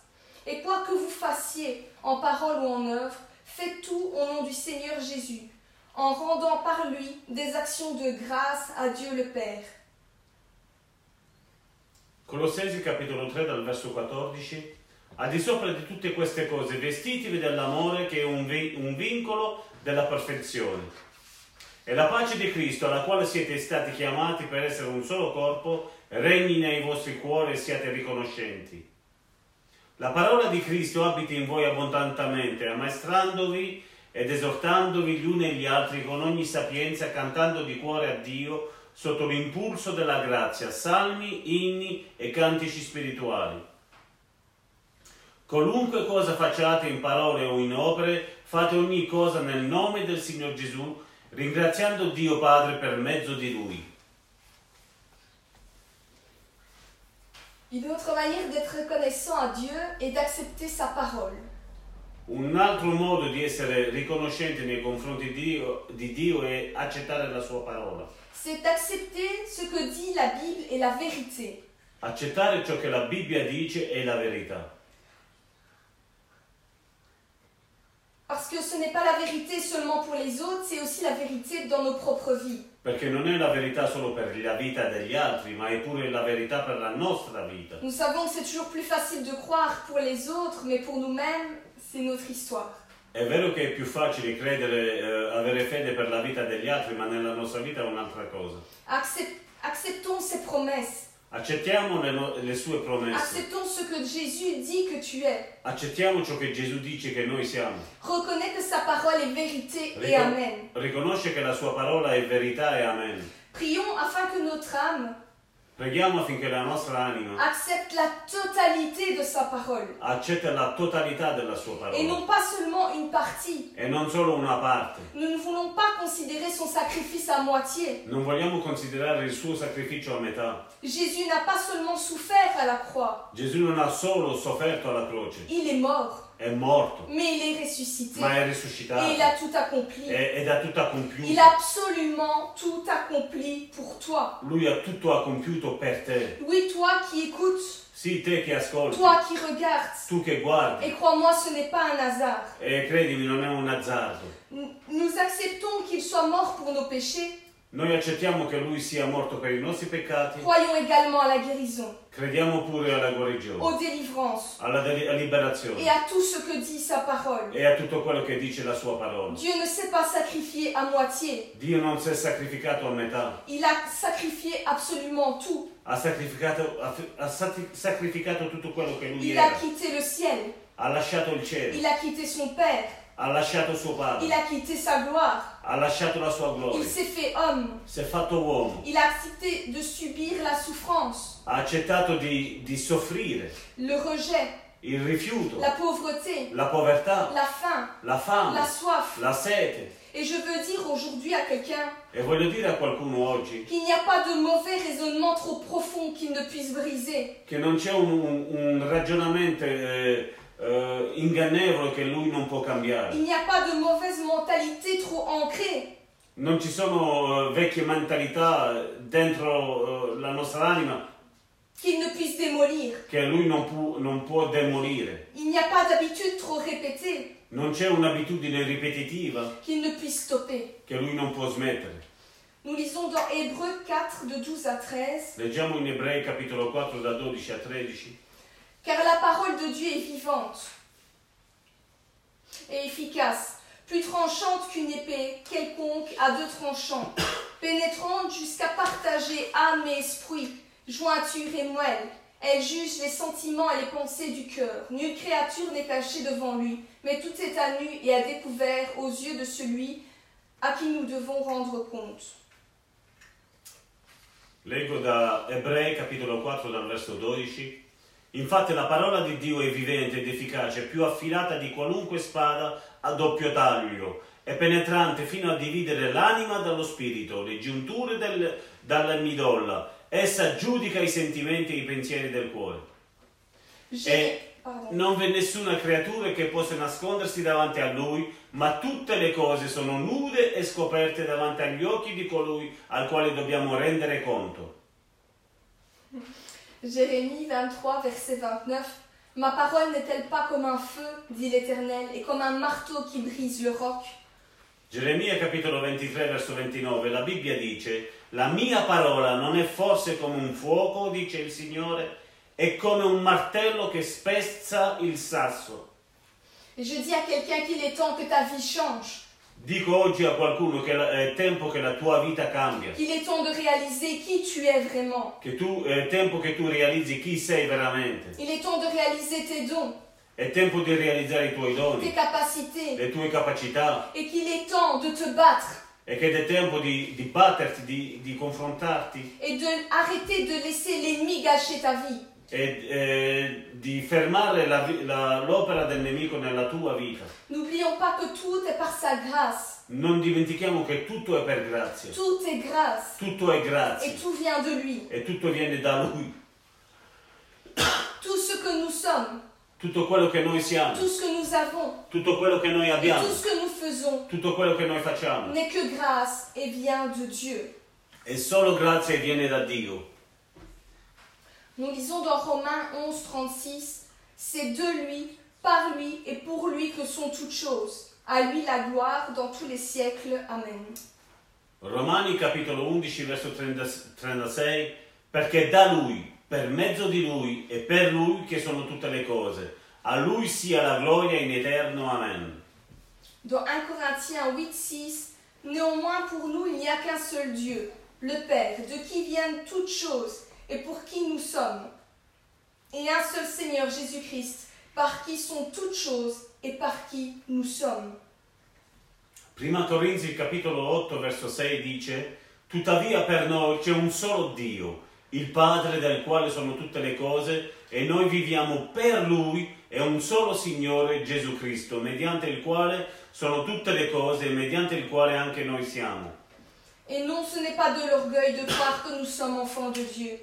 S1: Et quoi que vous fassiez, en parole ou en œuvre, faites tout au nom du Seigneur Jésus, en rendant par lui des actions de grâce à Dieu le Père.
S2: Colossesi capitolo 3 dal verso 14. Al di sopra di tutte queste cose vestitevi dell'amore che è un, vi- un vincolo della perfezione. E la pace di Cristo alla quale siete stati chiamati per essere un solo corpo regni nei vostri cuori e siate riconoscenti. La parola di Cristo abiti in voi abbondantemente, ammaestrandovi ed esortandovi gli uni e gli altri con ogni sapienza, cantando di cuore a Dio sotto l'impulso della grazia, salmi, inni e cantici spirituali. Qualunque cosa facciate in parole o in opere, fate ogni cosa nel nome del Signor Gesù, ringraziando Dio Padre per mezzo di Lui.
S1: Une autre manière d'être reconnaissant à Dieu est d'accepter sa parole.
S2: Un altro modo di essere riconoscenti nei confronti di Dio, di Dio è accettare la sua parola,
S1: C'est d'accepter ce que dit la Bible et la vérité.
S2: accettare ciò che la Bibbia dice è la verità,
S1: Parce que ce n'est pas la vérité seulement pour les autres, c'est aussi la vérité dans nos propres vies.
S2: perché non è la verità solo per la vita degli altri, ma è pure la verità per la nostra vita.
S1: Nous savons que c'est toujours plus facile de croire pour les autres, mais pour nous-mêmes, c'est notre histoire.
S2: È vero che è più facile credere, eh, avere fede per la vita degli altri, ma nella nostra vita è un'altra cosa.
S1: Accep- acceptons ses promesses.
S2: Accettiamo le, no- le sue promesse,
S1: Acceptons ce que Jésus dit que tu es.
S2: accettiamo ciò che Gesù dice che noi siamo,
S1: Reconnais que sa parole est vérité et
S2: Ricon-
S1: amen.
S2: riconosce che la sua parola è verità e amen.
S1: Prions afin que notre âme
S2: Preghiamo affinché la nostra anima
S1: accepte la totalité de sa parole
S2: accetta la totalità della sua
S1: et
S2: parola
S1: non pas seulement une partie.
S2: e non solo una parte.
S1: Nous ne voulons pas considérer son sacrifice à moitié.
S2: Non vogliamo considerare il suo sacrificio a metà.
S1: Jésus n'a pas seulement souffert à la croix,
S2: Gesù non ha solo sofferto alla croce,
S1: il est mort,
S2: è morto,
S1: mais il est ressuscité
S2: ma è
S1: et il
S2: risuscitato
S1: a tout accompli.
S2: è- ed ha tutto
S1: Il a
S2: compiuto.
S1: absolument tout accompli pour toi.
S2: Lui ha tutto ha compiuto per te.
S1: Oui, toi qui écoutes,
S2: Sì, te che ascolti,
S1: toi qui regardes,
S2: tu che guardi.
S1: et crois-moi, ce n'est pas un hasard.
S2: E credimi, non è un azzardo.
S1: Nous- Nous acceptons qu'il soit mort pour nos péchés,
S2: Noi accettiamo che lui sia morto per i nostri peccati,
S1: croyons également à la guérison,
S2: crediamo pure alla guarigione,
S1: aux délivrances
S2: alla de-
S1: et
S2: liberazione
S1: à tout ce que dit sa parole.
S2: e a tutto quello che dice la sua parola.
S1: Dieu ne s'est pas sacrifié à moitié,
S2: Dio non si è sacrificato a metà,
S1: il a sacrifié absolument tout.
S2: ha sacrificato, ha fi- ha sati- sacrificato tutto quello che lui
S1: Il a
S2: era,
S1: quitté le ciel,
S2: ha lasciato il cielo,
S1: il a quitté son Père,
S2: ha lasciato suo
S1: il
S2: padre,
S1: a quitté sa gloire,
S2: ha lasciato la sua
S1: il
S2: gloria,
S1: s'est fait homme,
S2: si è fatto uomo,
S1: il a accepté de subir la souffrance,
S2: ha accettato di, di soffrire
S1: le rejet,
S2: il rifiuto,
S1: la pauvreté,
S2: la povertà,
S1: la faim,
S2: la
S1: la
S2: fame,
S1: soif.
S2: la sete.
S1: Et je veux dire aujourd'hui à quelqu'un
S2: E voglio dire a qualcuno oggi
S1: qu'il n'y a pas de mauvais raisonnement trop profond qu'il ne puisse briser.
S2: che non c'è un, un- un ragionamento eh, eh, ingannevole che lui non può cambiare.
S1: Il n'y a pas de mauvaise mentalité trop ancrée.
S2: Non ci sono eh, vecchie mentalità dentro eh, la nostra anima
S1: qu'il ne puisse démolir.
S2: che lui non, pu- non può demolire.
S1: Il n'y a pas d'habitude trop répétée
S2: Non c'è un'abitudine ripetitiva
S1: qu'il ne puisse stopper.
S2: che lui non può smettere.
S1: Nous lisons dans Hébreux 4 de 12 à 13.
S2: Leggiamo in Ebrei capitolo 4 da 12 a 13.
S1: Car la parole de Dieu est vivante et efficace, plus tranchante qu'une épée quelconque à deux tranchants, pénétrante jusqu'à partager âme et esprit, jointure et moelle. Elle juge les sentiments et les pensées du cœur. Nulle créature n'est cachée devant lui, mais tout est à nu et à découvert aux yeux de celui à qui nous devons rendre compte.
S2: Leggo da Ebrei capitolo 4 dal verso 12. Infatti la parola di Dio è vivente ed efficace, più affilata di qualunque spada a doppio taglio, è penetrante fino a dividere l'anima dallo spirito, le giunture del- dalla midolla. Essa giudica i sentimenti e i pensieri del cuore.
S1: J'ai... Pardon.
S2: Non v'è nessuna creatura che possa nascondersi davanti a lui, ma tutte le cose sono nude e scoperte davanti agli occhi di colui al quale dobbiamo rendere conto.
S1: Jérémie 23, verset 29. Ma parole n'est-elle pas comme un feu, dit l'Éternel, et comme un marteau qui brise le roc
S2: Geremia capitolo 23 verso 29 la Bibbia dice la mia parola non è forse come un fuoco dice il Signore è come un martello che spezza il sasso
S1: Et je dis à quelqu'un qu'il est temps que ta vie change,
S2: dico oggi a qualcuno che la- è tempo che la tua vita cambia
S1: qu'il est temps de réaliser qui tu es vraiment.
S2: che tu, è tempo che tu realizzi chi sei veramente
S1: Il est temps de réaliser tes dons,
S2: è tempo di realizzare i tuoi
S1: tes
S2: doni
S1: capacités,
S2: le tue capacità
S1: et qu'il est temps de te battre
S2: e che è tempo di, di batterti di, di confrontarti
S1: et de arrêter de laisser l'ennemi gâcher ta vie.
S2: e eh, di fermare la vi- la- l'opera del nemico nella tua vita
S1: N'oublions pas que tout est par sa grâce,
S2: Non dimentichiamo che tutto è per grazia,
S1: tout est grâce,
S2: tutto è
S1: et
S2: grazia
S1: tout vient de lui.
S2: e tutto viene da Lui.
S1: Tout ce que nous sommes,
S2: Tutto quello che noi siamo,
S1: tout ce que nous avons,
S2: tutto quello che noi
S1: Et
S2: abbiamo,
S1: tout ce que nous faisons
S2: tutto quello che noi facciamo
S1: n'est que grâce et vient de Dieu.
S2: è solo grazia e viene da Dio.
S1: Nous lisons dans Romains 11, 36, C'est de lui, par lui et pour lui que sont toutes choses. À lui la gloire dans tous les siècles. Amen.
S2: Romani capitolo 11 verso 30 36, perché da lui, per mezzo di lui e per lui che sono tutte le cose, a lui sia la gloria in eterno. Amen.
S1: Dans 1 Corinthiens 8, 6, Néanmoins pour nous il n'y a qu'un seul Dieu, le Père, de qui viennent toutes choses et pour qui nous sommes, et un seul Seigneur Jésus-Christ, par qui sont toutes choses et par qui nous sommes.
S2: Prima Corinzi capitolo 8 verso 6 dice, tuttavia per noi c'è un solo Dio, il Padre del quale sono tutte le cose, e noi viviamo per Lui e un solo Signore Gesù Cristo, mediante il quale sono tutte le cose e mediante il quale anche noi siamo.
S1: Et non, ce n'est pas de l'orgueil de croire que nous sommes enfants de Dieu,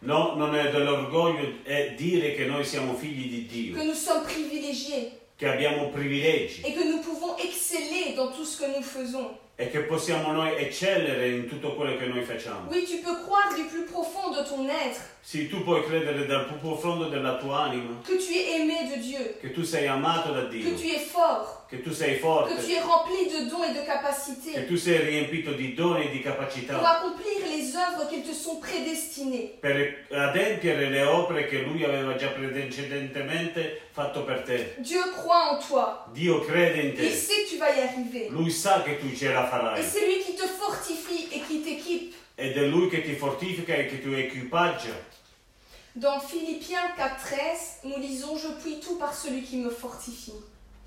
S2: No, non è dell'orgoglio è dire che noi siamo figli di Dio,
S1: que nous sommes privilégiés
S2: che abbiamo privilegi
S1: et que nous pouvons exceller dans tout ce que nous faisons.
S2: e che possiamo noi eccellere in tutto quello che noi facciamo.
S1: Oui, tu peux croire du plus profond de ton être
S2: Sì, tu puoi credere dal più profondo della tua anima
S1: que tu es aimé de Dieu,
S2: che tu sei amato da
S1: que
S2: Dio,
S1: tu es fort,
S2: che tu sei
S1: que tu
S2: forte,
S1: es rempli de dons et de
S2: che
S1: capacités
S2: tu sei riempito di doni e di
S1: pour
S2: capacità
S1: accomplir les œuvres qui te sont prédestinées.
S2: per adempiere le opere che lui aveva già precedentemente fatto per te.
S1: Dieu croit en toi.
S2: Dio crede in
S1: Il
S2: te,
S1: sait que tu vas y arriver.
S2: lui sa che tu ce la
S1: Et
S2: farai
S1: c'est lui qui te fortifie et qui t'équipe.
S2: ed è lui che ti fortifica e che ti equipaggia.
S1: Dans Philippiens 4.13, nous lisons « Je puis tout par celui qui me fortifie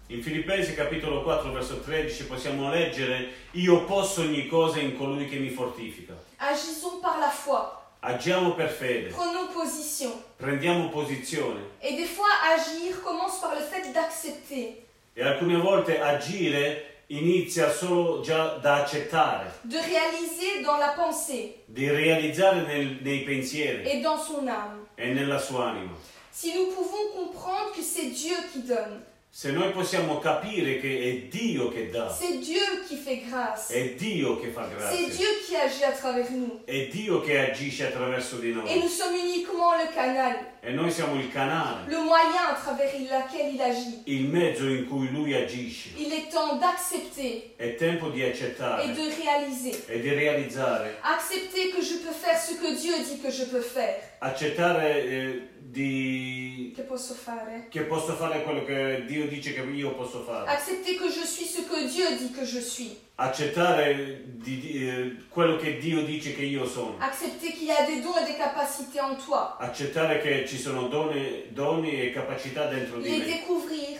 S2: In Filippesi capitolo 4 verso 13 possiamo leggere Io posso ogni cosa in colui che mi fortifica. ».
S1: Agissons par la foi,
S2: Agiamo per fede,
S1: prenons position.
S2: prendiamo posizione
S1: Et des fois, agir commence par le fait d'accepter,
S2: e alcune volte agire inizia solo già da accettare,
S1: de réaliser dans la pensée
S2: di realizzare nel- nei pensieri
S1: et dans son âme.
S2: e nella sua anima.
S1: Si nous pouvons comprendre que c'est Dieu qui donne,
S2: Se noi possiamo capire che è Dio che dà,
S1: c'est Dieu qui fait grâce,
S2: è Dio che fa
S1: c'est
S2: grazia,
S1: Dieu qui agit à travers nous.
S2: è Dio che agisce attraverso di
S1: Et
S2: noi
S1: nous sommes uniquement le canal,
S2: e noi siamo il canale,
S1: le moyen à travers lequel il agit.
S2: il mezzo in cui Lui agisce.
S1: Il est temps d'accepter
S2: È tempo di
S1: et
S2: accettare
S1: de réaliser.
S2: e di realizzare,
S1: Accepter que je peux faire ce que Dieu dit que je peux faire.
S2: accettare eh, di-
S1: Que posso fare?
S2: che posso fare quello che Dio dice che io posso fare,
S1: Accepter que je suis ce que Dieu dit que je suis.
S2: accettare di- di- eh, quello che Dio dice che io sono,
S1: Accepter qu'il y a des dons et des capacités en toi.
S2: accettare che ci sono doni, doni e capacità dentro di
S1: Les
S2: me,
S1: découvrir et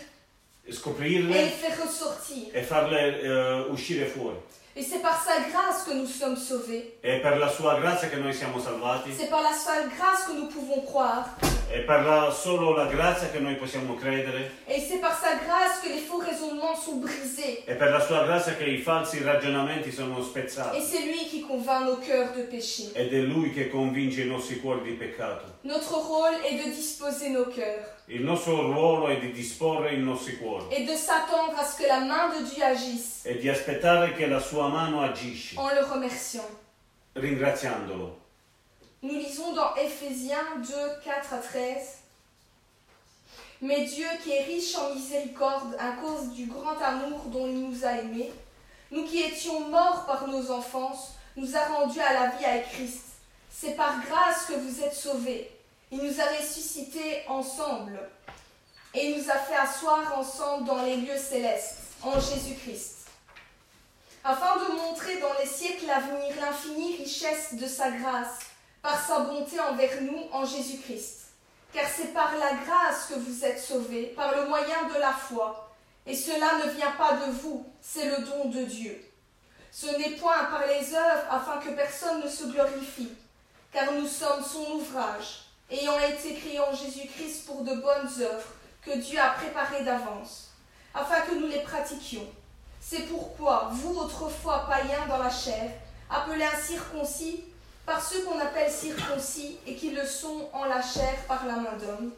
S1: les
S2: scoprirle
S1: faire ressortir.
S2: e farle eh, uscire fuori.
S1: Et c'est par sa grâce que nous sommes sauvés.
S2: È per la sua grazia che noi siamo salvati,
S1: C'est par la seule grâce que nous pouvons croire.
S2: è per la- solo la grazia che noi possiamo credere,
S1: Et c'est par sa grâce que les faux raisonnements sont brisés.
S2: è per la sua grazia che i falsi ragionamenti sono spezzati.
S1: Et c'est lui qui convainc nos cœurs de péché.
S2: ed è Lui che convince i nostri cuori di peccato.
S1: Notre rôle est de disposer nos cœurs
S2: Il nostro ruolo è di disporre i nostri cuori
S1: et de s'attendre à ce que la main de Dieu agisse
S2: e di aspettare che la Sua mano agisce,
S1: en le remerciant.
S2: ringraziandolo.
S1: Nous lisons dans Éphésiens 2, 4 à 13. Mais Dieu qui est riche en miséricorde à cause du grand amour dont il nous a aimés, nous qui étions morts par nos enfances, nous a rendus à la vie avec Christ. C'est par grâce que vous êtes sauvés. Il nous a ressuscités ensemble et nous a fait asseoir ensemble dans les lieux célestes en Jésus-Christ, afin de montrer dans les siècles à venir l'infinie richesse de sa grâce par sa bonté envers nous en Jésus-Christ. Car c'est par la grâce que vous êtes sauvés, par le moyen de la foi. Et cela ne vient pas de vous, c'est le don de Dieu. Ce n'est point par les œuvres afin que personne ne se glorifie, car nous sommes son ouvrage, ayant été créés en Jésus-Christ pour de bonnes œuvres que Dieu a préparées d'avance, afin que nous les pratiquions. C'est pourquoi, vous autrefois païens dans la chair, appelés incirconcis, par ceux qu'on appelle circoncis et qui le sont en la chair par la main d'homme.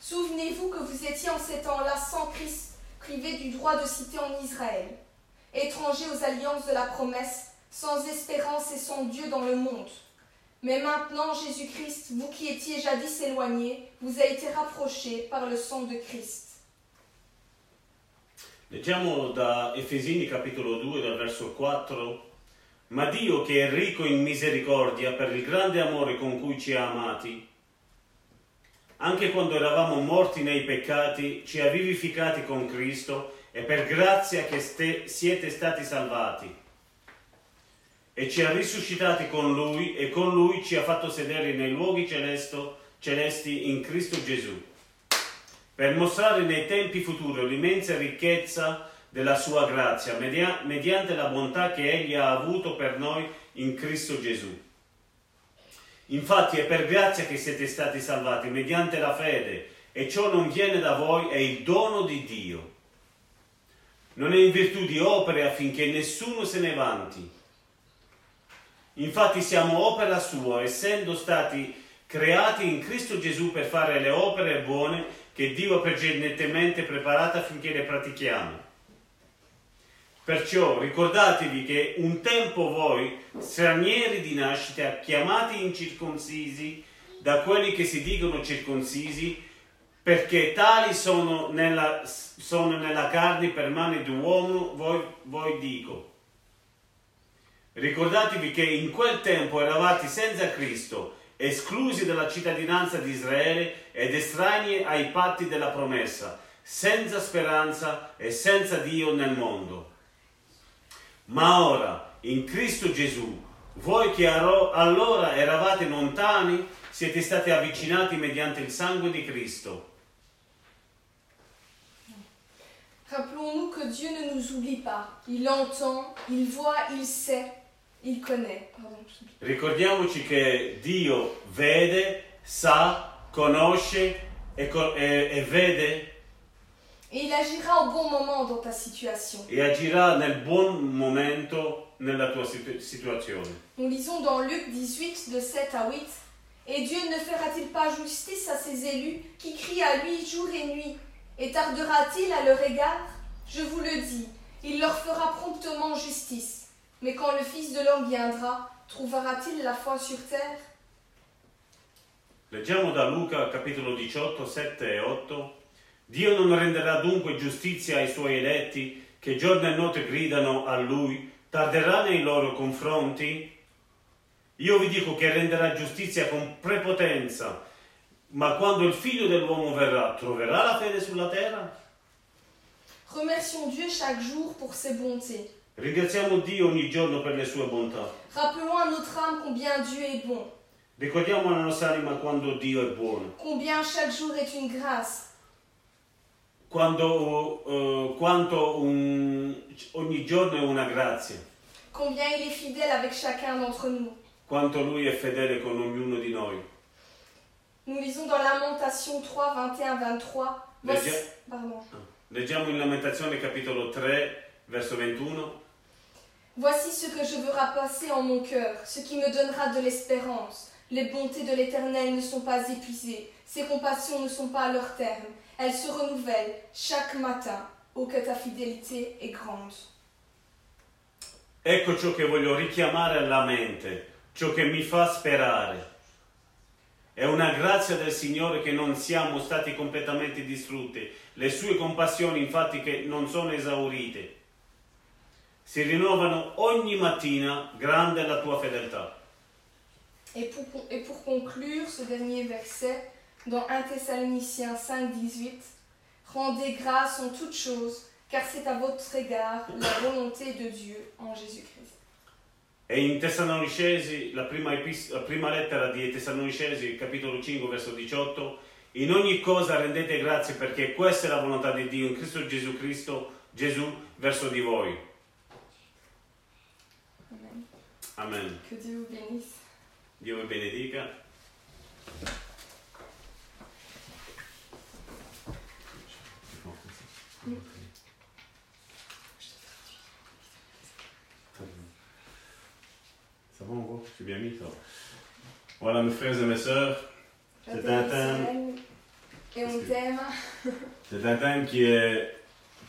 S1: Souvenez-vous que vous étiez en ces temps-là sans Christ, privés du droit de cité en Israël, étrangers aux alliances de la promesse, sans espérance et sans Dieu dans le monde. Mais maintenant, Jésus-Christ, vous qui étiez jadis éloignés, vous a été rapproché par le sang de Christ.
S2: Leggiamo da Efesini capitolo 2 dal verso 4. Ma Dio che è ricco in misericordia per il grande amore con cui ci ha amati, anche quando eravamo morti nei peccati, ci ha vivificati con Cristo e per grazia che ste- siete stati salvati. E ci ha risuscitati con Lui e con Lui ci ha fatto sedere nei luoghi celesto- celesti in Cristo Gesù, per mostrare nei tempi futuri l'immensa ricchezza della sua grazia, media- mediante la bontà che Egli ha avuto per noi in Cristo Gesù. Infatti è per grazia che siete stati salvati mediante la fede e ciò non viene da voi, è il dono di Dio. Non è in virtù di opere affinché nessuno se ne vanti. Infatti siamo opera sua, essendo stati creati in Cristo Gesù per fare le opere buone che Dio ha precedentemente preparato affinché le pratichiamo. Perciò ricordatevi che un tempo voi, stranieri di nascita, chiamati incirconcisi da quelli che si dicono circoncisi, perché tali sono nella, sono nella carne per mano di uomo, voi, voi dico. Ricordatevi che in quel tempo eravate senza Cristo, esclusi dalla cittadinanza di Israele ed estranei ai patti della promessa, senza speranza e senza Dio nel mondo. Ma ora, in Cristo Gesù, voi che allora eravate lontani, siete stati avvicinati mediante il sangue di Cristo.
S1: Rappelons-nous que Dieu ne nous oublie pas. Il entend, il voit, il sait, il connaît. Pardon, je-
S2: Ricordiamoci che Dio vede, sa, conosce e, co- e- e vede
S1: Et il agira au bon moment dans ta situation.
S2: e agirà nel buon momento nella tua situ- situazione.
S1: Nous lisons dans Luc 18, de 7 à 8. Et Dieu ne fera-t-il pas justice à ses élus qui crient à lui jour et nuit Et tardera-t-il à leur égard Je vous le dis, il leur fera promptement justice. Mais quand le Fils de l'homme viendra, trouvera-t-il la foi sur terre
S2: Leggiamo da Luca capitolo 18, 7 e 8. Dio non renderà dunque giustizia ai suoi eletti che giorno e notte gridano a lui, tarderà nei loro confronti? Io vi dico che renderà giustizia con prepotenza, ma quando il figlio dell'uomo verrà, troverà la fede sulla terra?
S1: Remercions Dieu chaque jour pour ses bontés.
S2: Ringraziamo Dio ogni giorno per le sue bontà.
S1: Rappelons à notre âme combien Dieu est bon,
S2: Ricordiamo alla nostra anima quando Dio è buono,
S1: combien chaque jour est une grâce,
S2: quando, eh, quanto un- ogni giorno è una grazia.
S1: combien il est fidèle avec chacun d'entre nous.
S2: quanto lui è fedele con ognuno di noi.
S1: Nous lisons dans Lamentation 3, 21, 23.
S2: Mais
S1: Voici-
S2: Dieu-
S1: pardon.
S2: Leggiamo in Lamentazione capitolo 3, verso 21.
S1: Voici ce que je veux repasser en mon cœur, ce qui me donnera de l'espérance. Les bontés de l'Éternel ne sont pas épuisées, ses compassions ne sont pas à leur terme. Elles se renouvellent chaque matin. Oh, que ta fidélité est grande.
S2: Ecco ciò che voglio richiamare alla mente, ciò che mi fa sperare. È una grazia del Signore che non siamo stati completamente distrutti, le sue compassioni infatti che non sono esaurite. Si rinnovano ogni mattina, grande è la tua fedeltà.
S1: Et pour, et pour conclure ce dernier verset, dans 1 Thessaloniciens 5, 18, Rendez grâce en toutes choses, car c'est à votre égard la volonté de Dieu en Jésus-Christ.
S2: E in Tessalonicesi, la prima, epis- la prima lettera di Tessalonicesi, capitolo 5, verso 18, in ogni cosa rendete grazie perché questa è la volontà di Dio in Cristo Gesù Cristo, Gesù verso di voi.
S1: Amen.
S2: Amen.
S1: Que Dieu vous bénisse.
S2: Dio vi benedica.
S3: Ça va, on voit? C'est bien mis, ça va. Voilà, mes frères et mes sœurs,
S1: Je
S3: C'est
S1: t'aime,
S3: un thème.
S1: Israël, Et on t'aime.
S3: c'est un thème qui est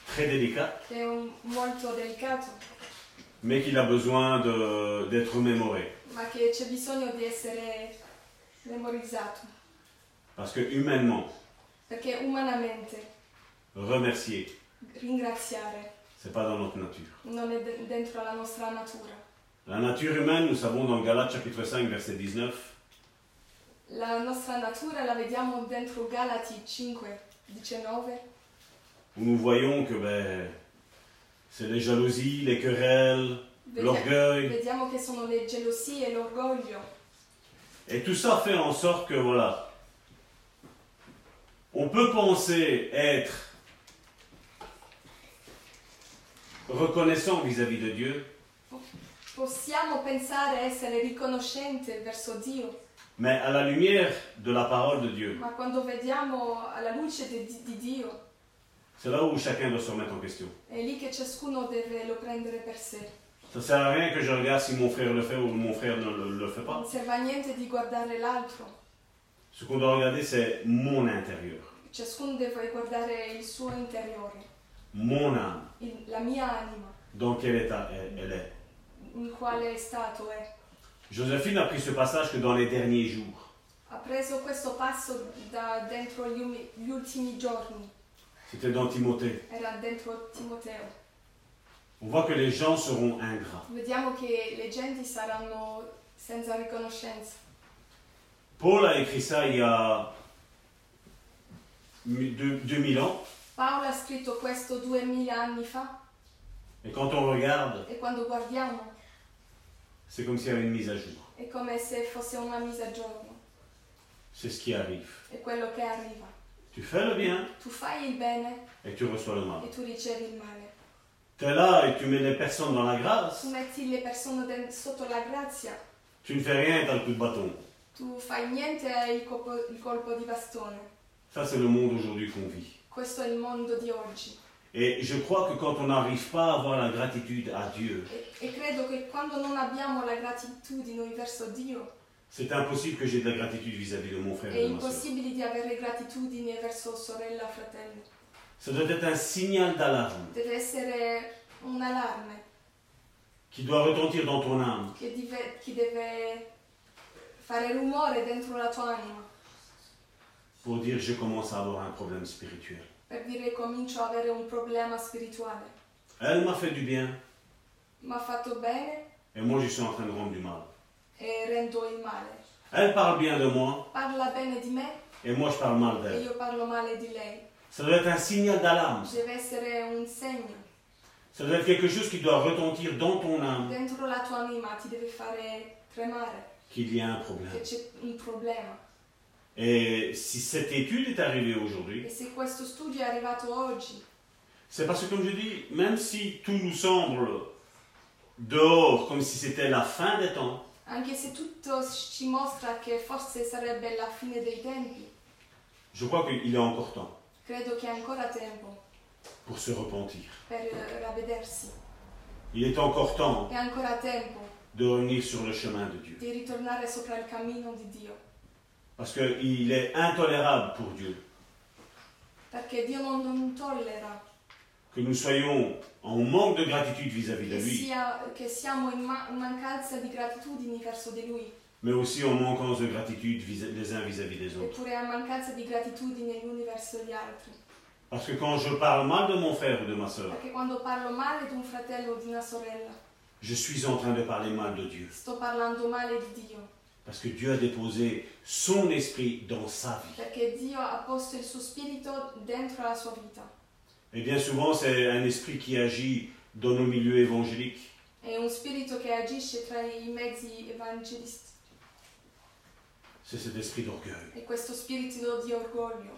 S3: très délicat,
S1: È un- molto delicato,
S3: mais qu'il a besoin de- d'être mémoré.
S1: ma che c'è bisogno di essere memorizzato.
S3: Parce que humainement,
S1: Perché umanamente
S3: remercier,
S1: ringraziare.
S2: C'est pas dans notre nature.
S1: Non è de- dentro la nostra natura.
S2: La nature humaine, nous savons dans Galates chapitre 5 verset 19,
S1: La nostra natura la vediamo dentro Galati 5, 19,
S2: où nous voyons que ben, c'est les jalousies, les querelles,
S1: Vedi-
S2: l'orgueil.
S1: vediamo che sono le gelosie e l'orgoglio.
S2: Et tout ça fait en sorte que voilà, on peut penser être reconnaissant vis-à-vis de Dieu,
S1: Possiamo pensare essere riconoscente verso Dio,
S2: mais à la lumière de la parole de Dieu,
S1: ma quando vediamo alla luce de- di, di Dio,
S2: c'est là où chacun doit se remettre en question.
S1: è lì che ciascuno deve lo prendere per sé.
S2: Ça sert à rien que je regarde si mon frère le fait ou mon frère ne le, le fait pas.
S1: Non serve a niente di guardare l'altro,
S2: Ce qu'on doit regarder, c'est mon intérieur,
S1: ciascuno deve guardare il suo interiore,
S2: mon âme,
S1: il- la mia anima,
S2: dans quel état elle- elle est.
S1: in quale stato è.
S2: Joséphine a pris ce passage que dans les derniers jours.
S1: Ha preso questo passo da dentro gli, umi- gli ultimi giorni,
S2: C'était dans Timothée.
S1: era dentro Timoteo.
S2: On voit que les gens seront ingrats.
S1: Vediamo che le genti saranno senza riconoscenza.
S2: Paul a écrit ça il y a mi- deux- 2000 ans.
S1: Paolo ha scritto questo duemila anni fa
S2: Et quand on regarde,
S1: e quando guardiamo
S2: c'est comme s'il y avait une mise à jour.
S1: è come se fosse una misa a giorno,
S2: C'est ce qui arrive.
S1: è quello che arriva.
S2: Tu fais le bien
S1: Tu fai il bene
S2: et tu reçois le mal.
S1: e tu ricevi il male.
S2: Tu es là et tu mets les personnes dans la grâce.
S1: Tu metti le persone den- sotto la grazia,
S2: Tu ne fais rien et tu le coup de bâton.
S1: tu fai niente e hai il colpo- il colpo di bastone.
S2: Ça, c'est le monde aujourd'hui qu'on vit.
S1: Questo è il mondo di oggi.
S2: Et je crois que quand on n'arrive pas à avoir la gratitude à Dieu,
S1: E, e credo che quando non abbiamo la gratitudine verso Dio,
S2: c'est impossible que j'ai de la gratitude vis-à-vis de mon frère
S1: è
S2: et de ma soeur.
S1: impossibile di avere gratitudine verso sorella o fratello.
S2: Ça doit être un signal d'alarme
S1: Deve essere un allarme
S2: qui doit retentir dans ton âme.
S1: che, dive- che deve fare rumore dentro la tua anima
S2: pour dire je commence à avoir un problème spirituel.
S1: per dire comincio ad avere un problema spirituale.
S2: Elle m'a fait du bien
S1: Mi ha fatto bene
S2: et moi je suis en train de rendre du mal.
S1: e rendo il male.
S2: Elle parle bien de moi
S1: Parla bene di me
S2: et moi je parle mal
S1: e
S2: d'elle.
S1: io parlo male di lei.
S2: Ça doit être un signal d'alarme.
S1: Deve essere un segno.
S2: Ça doit être quelque chose qui doit retentir dans ton âme
S1: Dentro la tua anima ti deve fare tremare
S2: qu'il y a un
S1: che
S2: problème.
S1: c'è un problema.
S2: Et si cette étude est arrivée aujourd'hui,
S1: E se questo studio è arrivato oggi,
S2: c'est parce que comme je dis, même si tout nous semble dehors comme si c'était la fin des temps,
S1: anche se tutto ci mostra che forse sarebbe la fine dei tempi,
S2: je crois qu'il est encore temps
S1: credo che è ancora tempo
S2: pour se repentir.
S1: per eh, ravvedersi.
S2: Il est encore temps
S1: È ancora tempo
S2: de revenir sur le chemin de Dieu.
S1: di ritornare sopra il cammino di Dio,
S2: Parce qu'il est intolérable pour Dieu
S1: perché Dio non, non tollera
S2: que nous soyons en manque de gratitude vis-à-vis de
S1: che,
S2: lui,
S1: sia, che siamo in ma- mancanza di gratitudini verso di Lui,
S2: mais aussi en manquance de gratitude vis- les uns vis-à-vis des autres.
S1: eppure in mancanza di gratitudine gli uni verso gli altri.
S2: Parce que quand je parle mal de mon frère ou de ma soeur,
S1: Perché quando parlo male di un fratello o di una sorella,
S2: je suis en train de parler mal de Dieu.
S1: sto parlando male di Dio,
S2: Parce que Dieu a déposé son esprit dans sa vie.
S1: perché Dio ha posto il suo spirito dentro la sua vita.
S2: Et bien souvent, c'est un esprit qui agit dans nos milieux évangéliques.
S1: È un spirito che agisce tra i mezzi evangelisti
S2: C'est cet esprit d'orgueil.
S1: e questo spirito di orgoglio.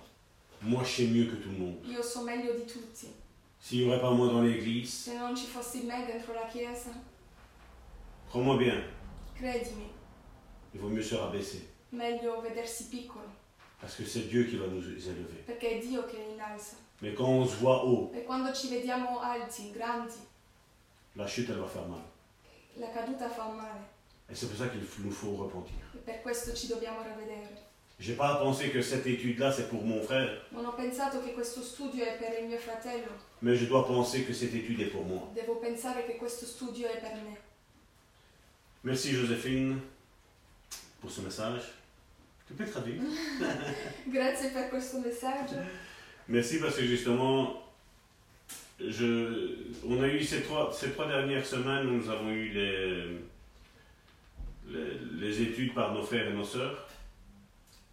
S2: Moi, je sais mieux que tout le monde.
S1: Io so meglio di tutti.
S2: S'il n'y aurait pas moi dans l'église,
S1: Se non ci fossi me dentro la chiesa,
S2: crois-moi bien,
S1: credimi,
S2: il vaut mieux se rabaisser.
S1: meglio vedersi piccolo,
S2: Parce que c'est Dieu qui va nous élever.
S1: perché è Dio che innalza.
S2: Mais quand on se voit haut,
S1: E quando ci vediamo alti, grandi,
S2: la chute, elle va faire mal.
S1: la caduta fa male
S2: Et c'est pour ça qu'il nous faut repentir.
S1: e per questo ci dobbiamo ravvedere.
S2: J'ai pas à penser que cette étude-là, c'est pour mon frère,
S1: Non ho pensato che questo studio è per il mio fratello,
S2: mais je dois penser que cette étude est pour moi.
S1: devo pensare che questo studio è per me.
S2: Merci Joséphine pour ce message. Tu peux traduire
S1: Grazie per questo messaggio.
S2: Merci parce que justement, je, on a eu ces trois, ces trois dernières semaines, nous avons eu les, les, les études par nos frères et nos sœurs.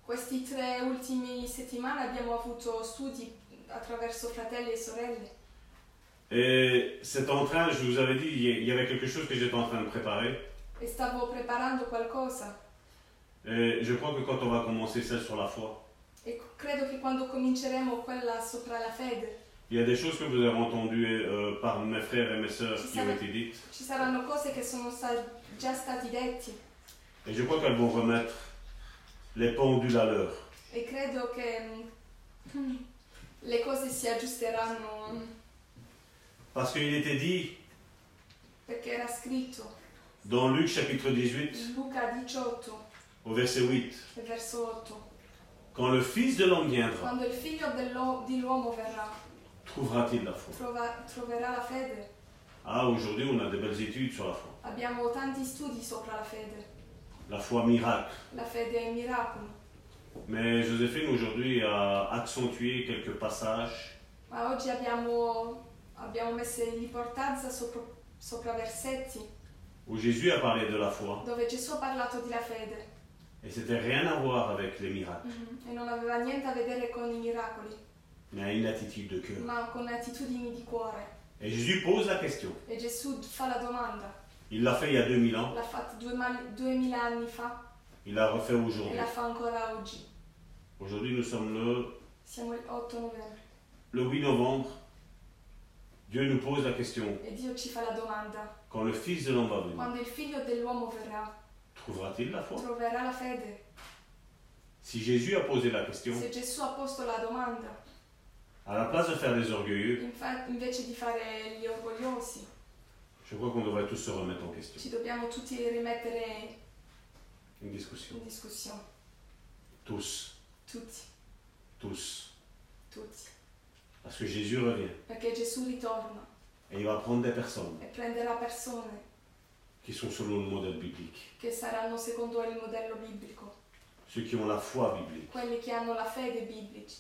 S1: Questi tre ultimi settimane abbiamo avuto studi attraverso fratelli e sorelle.
S2: Et c'est en train, je vous avais dit, il y- il y avait quelque chose que j'étais en train de préparer.
S1: e stavo preparando qualcosa
S2: Et je crois que quand on va commencer celle sur la foi,
S1: e c- credo che quando cominceremo quella sopra la fede
S2: il y a des choses que vous avez entendues euh, par mes frères et mes sœurs qui ont été dites.
S1: ci saranno cose che sono sta- già stati detti
S2: Et je crois qu'elles vont remettre les pendules à l'heure.
S1: e credo che mm, le cose si aggiusteranno mm,
S2: Parce qu'il était dit
S1: perché era scritto
S2: dans Luc chapitre 18
S1: in Luca 18
S2: au verset 8,
S1: verso 8
S2: quand le Fils de l'homme viendra,
S1: quando il figlio dell'o- di l'uomo verrà
S2: trouvera-t-il la foi
S1: trova- troverà la fede
S2: Ah, aujourd'hui on a des belles études sur la foi.
S1: abbiamo tanti studi sopra la fede
S2: La foi miracle.
S1: la fede è un miracolo
S2: Mais Joséphine aujourd'hui a accentué quelques passages
S1: Ma oggi abbiamo, abbiamo messo in importanza sopra, sopra versetti
S2: où Jésus a parlé de la foi.
S1: dove Gesù ha parlato di la fede
S2: Et c'était rien à voir avec les miracles,
S1: e non aveva niente a vedere con i miracoli,
S2: mais une attitude de cœur.
S1: ma con attitudini di cuore.
S2: Et Jésus pose la question.
S1: E Gesù fa la domanda,
S2: Il l'a fait il y a 2000 ans,
S1: l'ha fatta due ma- duemila anni fa
S2: il l'a refait
S1: e
S2: aujourd'hui.
S1: la fa ancora oggi.
S2: Aujourd'hui nous sommes le,
S1: Siamo il 8 novembre
S2: le 8 novembre. Dieu nous pose la question.
S1: e Dio ci fa la domanda,
S2: Quand le Fils de l'homme va venir,
S1: quando il figlio dell'uomo verrà,
S2: trouvera-t-il la foi
S1: troverà la fede?
S2: Si Jésus a posé la question,
S1: Se Gesù ha posto la domanda,
S2: à la place de faire des orgueilleux,
S1: infa- invece di fare gli orgogliosi,
S2: je crois qu'on devrait tous se remettre en question.
S1: ci dobbiamo tutti rimettere
S2: Une discussion.
S1: in discussione.
S2: Tous,
S1: Tutti,
S2: tous.
S1: tutti.
S2: Parce que Jésus revient
S1: Perché Gesù ritorna
S2: et il va prendre des personnes
S1: e prenderà persone
S2: qui sont selon le modèle biblique,
S1: che saranno secondo il modello biblico,
S2: ceux qui ont la foi biblique,
S1: quelli che hanno la fede biblica,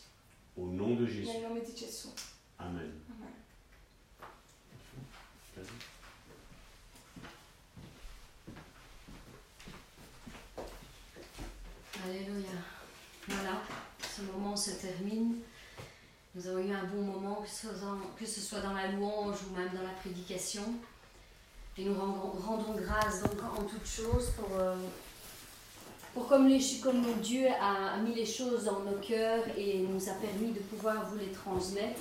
S2: au nom de Jésus.
S1: nel nome di Gesù.
S2: Amen.
S1: Amen.
S4: Alléluia. Voilà, ce moment se termine. Nous avons eu un bon moment, que ce, soit dans, que ce soit dans la louange ou même dans la prédication. Et nous rendons, rendons grâce donc en toutes choses pour, euh, pour comme, les, comme Dieu a, a mis les choses dans nos cœurs et nous a permis de pouvoir vous les transmettre.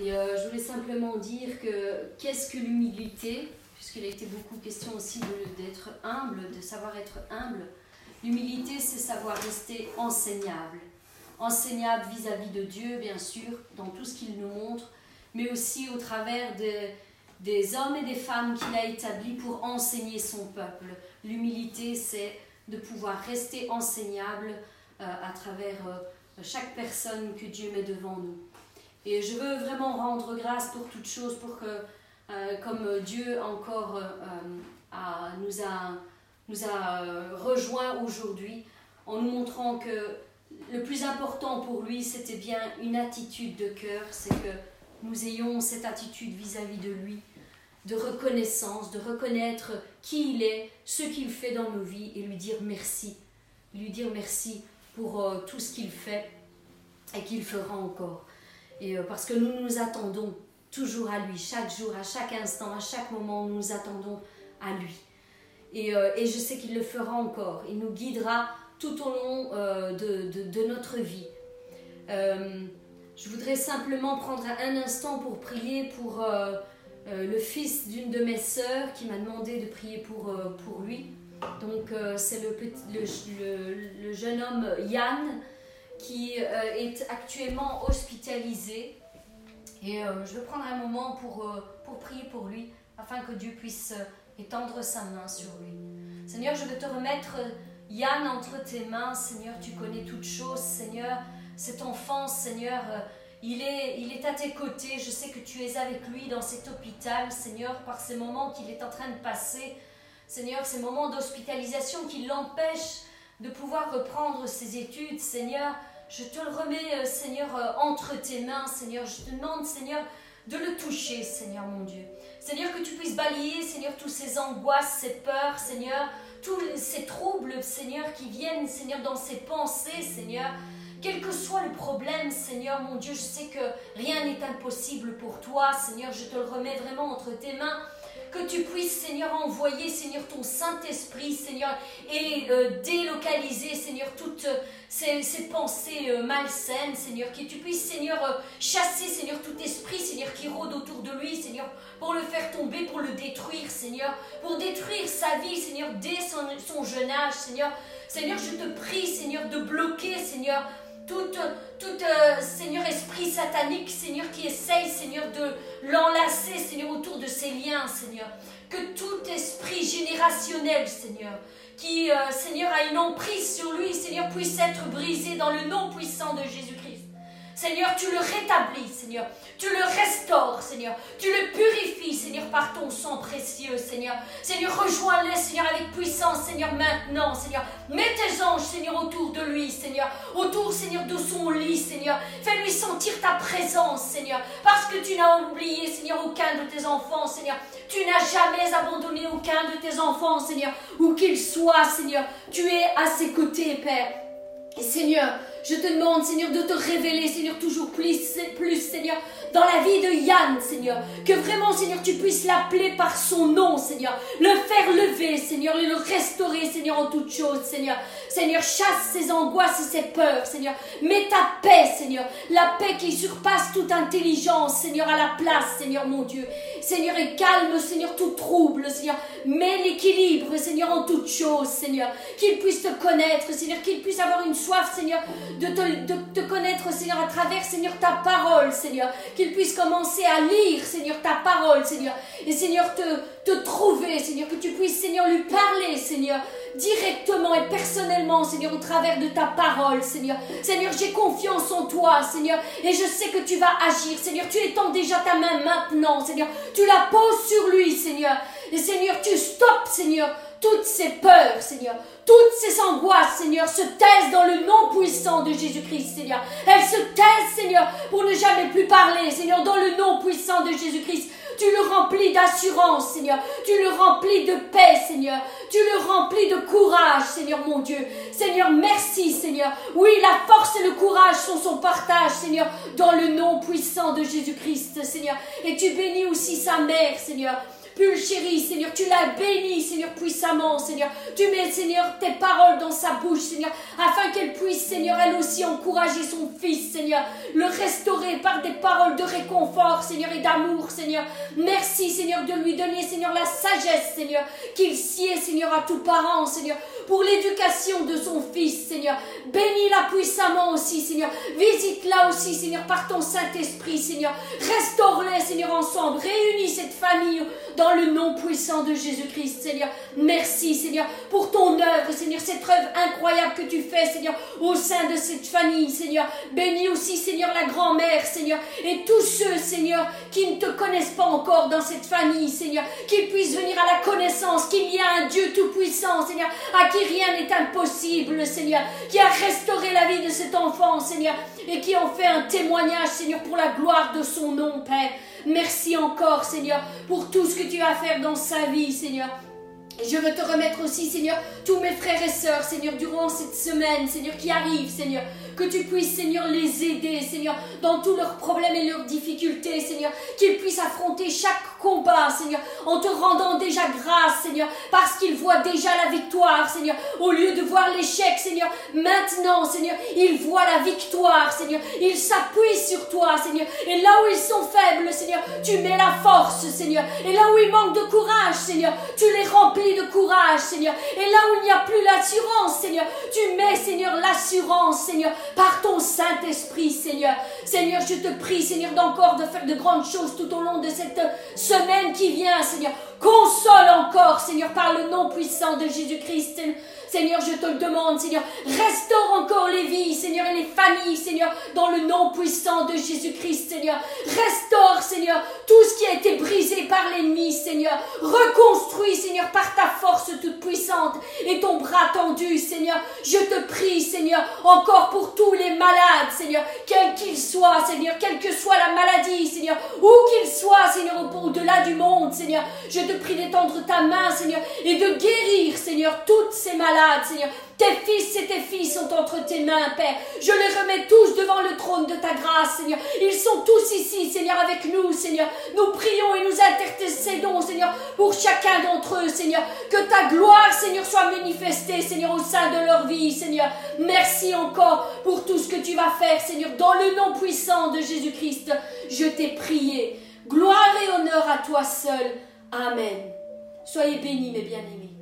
S4: Et euh, je voulais simplement dire que qu'est-ce que l'humilité Puisqu'il a été beaucoup question aussi de- d'être humble, de savoir être humble. L'humilité, c'est savoir rester enseignable. Enseignable vis-à-vis de Dieu, bien sûr, dans tout ce qu'il nous montre, mais aussi au travers de- des hommes et des femmes qu'il a établis pour enseigner son peuple. L'humilité, c'est de pouvoir rester enseignable euh, à travers euh, chaque personne que Dieu met devant nous. Et je veux vraiment rendre grâce pour toutes choses, pour que, euh, comme Dieu encore euh, euh, a- nous a nous a euh, rejoints aujourd'hui en nous montrant que le plus important pour lui, c'était bien une attitude de cœur, c'est que nous ayons cette attitude vis-à-vis de lui, de reconnaissance, de reconnaître qui il est, ce qu'il fait dans nos vies et lui dire merci, lui dire merci pour euh, tout ce qu'il fait et qu'il fera encore. Et euh, parce que nous nous attendons toujours à lui, chaque jour, à chaque instant, à chaque moment, nous nous attendons à lui. Et, euh, et je sais qu'il le fera encore. Il nous guidera tout au long euh, de, de- de notre vie. Euh, je voudrais simplement prendre un instant pour prier pour euh, euh, le fils d'une de mes sœurs qui m'a demandé de prier pour, euh, pour lui. Donc euh, c'est le, petit- le- le- le jeune homme Yann qui euh, est actuellement hospitalisé. Et euh, je vais prendre un moment pour, euh, pour prier pour lui afin que Dieu puisse... euh, et tendre sa main sur lui. Seigneur, je veux te remettre euh, Yann entre tes mains. Seigneur, tu connais toutes choses. Seigneur, cet enfant, Seigneur, euh, il est, il est à tes côtés. Je sais que tu es avec lui dans cet hôpital, Seigneur, par ces moments qu'il est en train de passer. Seigneur, ces moments d'hospitalisation qui l'empêchent de pouvoir reprendre ses études. Seigneur, je te le remets, euh, Seigneur, euh, entre tes mains. Seigneur, je te demande, Seigneur, de le toucher, Seigneur mon Dieu. Seigneur, que tu puisses balayer, Seigneur, toutes ces angoisses, ces peurs, Seigneur, tous ces troubles, Seigneur, qui viennent, Seigneur, dans ses pensées, Seigneur. Quel que soit le problème, Seigneur mon Dieu, je sais que rien n'est impossible pour toi, Seigneur, je te le remets vraiment entre tes mains. Que tu puisses, Seigneur, envoyer, Seigneur, ton Saint-Esprit, Seigneur, et euh, délocaliser, Seigneur, toutes euh, ces, ces pensées euh, malsaines, Seigneur. Que tu puisses, Seigneur, euh, chasser, Seigneur, tout esprit, Seigneur, qui rôde autour de lui, Seigneur, pour le faire tomber, pour le détruire, Seigneur, pour détruire sa vie, Seigneur, dès son, son jeune âge, Seigneur. Seigneur, je te prie, Seigneur, de bloquer, Seigneur, tout, euh, tout euh, Seigneur, esprit satanique, Seigneur, qui essaye, Seigneur, de l'enlacer, Seigneur, autour de ses liens, Seigneur. Que tout esprit générationnel, Seigneur, qui, euh, Seigneur, a une emprise sur lui, Seigneur, puisse être brisé dans le nom puissant de Jésus-Christ. Seigneur, tu le rétablis, Seigneur. Tu le restaures, Seigneur. Tu le purifies, Seigneur, par ton sang précieux, Seigneur. Seigneur, rejoins-le, Seigneur, avec puissance, Seigneur, maintenant, Seigneur. Mets tes anges, Seigneur, autour de lui, Seigneur. Autour, Seigneur, de son lit, Seigneur. Fais-lui sentir ta présence, Seigneur. Parce que tu n'as oublié, Seigneur, aucun de tes enfants, Seigneur. Tu n'as jamais abandonné aucun de tes enfants, Seigneur. Où qu'ils soient, Seigneur. Tu es à ses côtés, Père. Et Seigneur, je te demande, Seigneur, de te révéler, Seigneur, toujours plus, plus, Seigneur, dans la vie de Yann, Seigneur. Que vraiment, Seigneur, tu puisses l'appeler par son nom, Seigneur. Le faire lever, Seigneur, et le restaurer, Seigneur, en toutes choses, Seigneur. Seigneur, chasse ses angoisses et ses peurs, Seigneur. Mets ta paix, Seigneur. La paix qui surpasse toute intelligence, Seigneur, à la place, Seigneur, mon Dieu. Seigneur, et calme, Seigneur, tout trouble, Seigneur. Mets l'équilibre, Seigneur, en toutes choses, Seigneur. Qu'il puisse te connaître, Seigneur, qu'il puisse avoir une soif, Seigneur, de te, de te connaître, Seigneur, à travers, Seigneur, ta parole, Seigneur. Qu'il puisse commencer à lire, Seigneur, ta parole, Seigneur. Et Seigneur, te, te trouver, Seigneur, que tu puisses, Seigneur, lui parler, Seigneur, directement et personnellement, Seigneur, au travers de ta parole, Seigneur. Seigneur, j'ai confiance en toi, Seigneur, et je sais que tu vas agir, Seigneur. Tu étends déjà ta main maintenant, Seigneur. Tu la poses sur lui, Seigneur. Et Seigneur, tu stoppes, Seigneur, toutes ces peurs, Seigneur. Toutes ces angoisses, Seigneur, se taisent dans le nom puissant de Jésus-Christ, Seigneur. Elles se taisent, Seigneur, pour ne jamais plus parler, Seigneur, dans le nom puissant de Jésus-Christ. Tu le remplis d'assurance, Seigneur. Tu le remplis de paix, Seigneur. Tu le remplis de courage, Seigneur mon Dieu. Seigneur, merci, Seigneur. Oui, la force et le courage sont son partage, Seigneur, dans le nom puissant de Jésus-Christ, Seigneur. Et tu bénis aussi sa mère, Seigneur. Pul chérie, Seigneur, tu la bénis, Seigneur, puissamment, Seigneur. Tu mets, Seigneur, tes paroles dans sa bouche, Seigneur, afin qu'elle puisse, Seigneur, elle aussi encourager son fils, Seigneur, le restaurer par des paroles de réconfort, Seigneur, et d'amour, Seigneur. Merci, Seigneur, de lui donner, Seigneur, la sagesse, Seigneur, qu'il sied, Seigneur, à tout parent, Seigneur, pour l'éducation de son fils, Seigneur. Bénis-la puissamment aussi, Seigneur. Visite-la aussi, Seigneur, par ton Saint-Esprit, Seigneur. Restaure-les, Seigneur, ensemble. Réunis cette famille dans le nom puissant de Jésus-Christ, Seigneur. Merci, Seigneur, pour ton œuvre, Seigneur, cette œuvre incroyable que tu fais, Seigneur, au sein de cette famille, Seigneur. Bénis aussi, Seigneur, la grand-mère, Seigneur, et tous ceux, Seigneur, qui ne te connaissent pas encore dans cette famille, Seigneur, qu'ils puissent venir à la connaissance qu'il y a un Dieu tout-puissant, Seigneur, à qui rien n'est impossible, Seigneur, qui a restauré la vie de cet enfant, Seigneur, et qui en fait un témoignage, Seigneur, pour la gloire de son nom, Père. Merci encore, Seigneur, pour tout ce que tu vas faire dans sa vie, Seigneur. Et je veux te remettre aussi, Seigneur, tous mes frères et sœurs, Seigneur, durant cette semaine, Seigneur, qui arrive, Seigneur. Que tu puisses, Seigneur, les aider, Seigneur, dans tous leurs problèmes et leurs difficultés, Seigneur. Qu'ils puissent affronter chaque combat, Seigneur, en te rendant déjà grâce, Seigneur, parce qu'ils voient déjà la victoire, Seigneur. Au lieu de voir l'échec, Seigneur, maintenant, Seigneur, ils voient la victoire, Seigneur. Ils s'appuient sur toi, Seigneur. Et là où ils sont faibles, Seigneur, tu mets la force, Seigneur. Et là où ils manquent de courage, Seigneur, tu les remplis de courage, Seigneur. Et là où il n'y a plus l'assurance, Seigneur, tu mets, Seigneur, l'assurance, Seigneur, par ton Saint-Esprit, Seigneur. Seigneur, je te prie, Seigneur, d'encore de faire de grandes choses tout au long de cette semaine qui vient, Seigneur. Console encore, Seigneur, par le nom puissant de Jésus-Christ. Seigneur, je te le demande, Seigneur. Restaure encore les vies, Seigneur. Seigneur, et les familles, Seigneur, dans le nom puissant de Jésus-Christ, Seigneur. Restaure, Seigneur, tout ce qui a été brisé par l'ennemi, Seigneur. Reconstruis, Seigneur, par ta force toute puissante et ton bras tendu, Seigneur. Je te prie, Seigneur, encore pour tous les malades, Seigneur, quels qu'ils soient, Seigneur, quelle que soit la maladie, Seigneur, où qu'ils soient, Seigneur, au- au-delà du monde, Seigneur. Je te prie d'étendre ta main, Seigneur, et de guérir, Seigneur, toutes ces malades, Seigneur. Tes fils et tes filles sont entre tes mains, Père. Je les remets tous devant le trône de ta grâce, Seigneur. Ils sont tous ici, Seigneur, avec nous, Seigneur. Nous prions et nous intercédons, Seigneur, pour chacun d'entre eux, Seigneur. Que ta gloire, Seigneur, soit manifestée, Seigneur, au sein de leur vie, Seigneur. Merci encore pour tout ce que tu vas faire, Seigneur, dans le nom puissant de Jésus-Christ. Je t'ai prié. Gloire et honneur à toi seul. Amen. Soyez bénis, mes bien-aimés.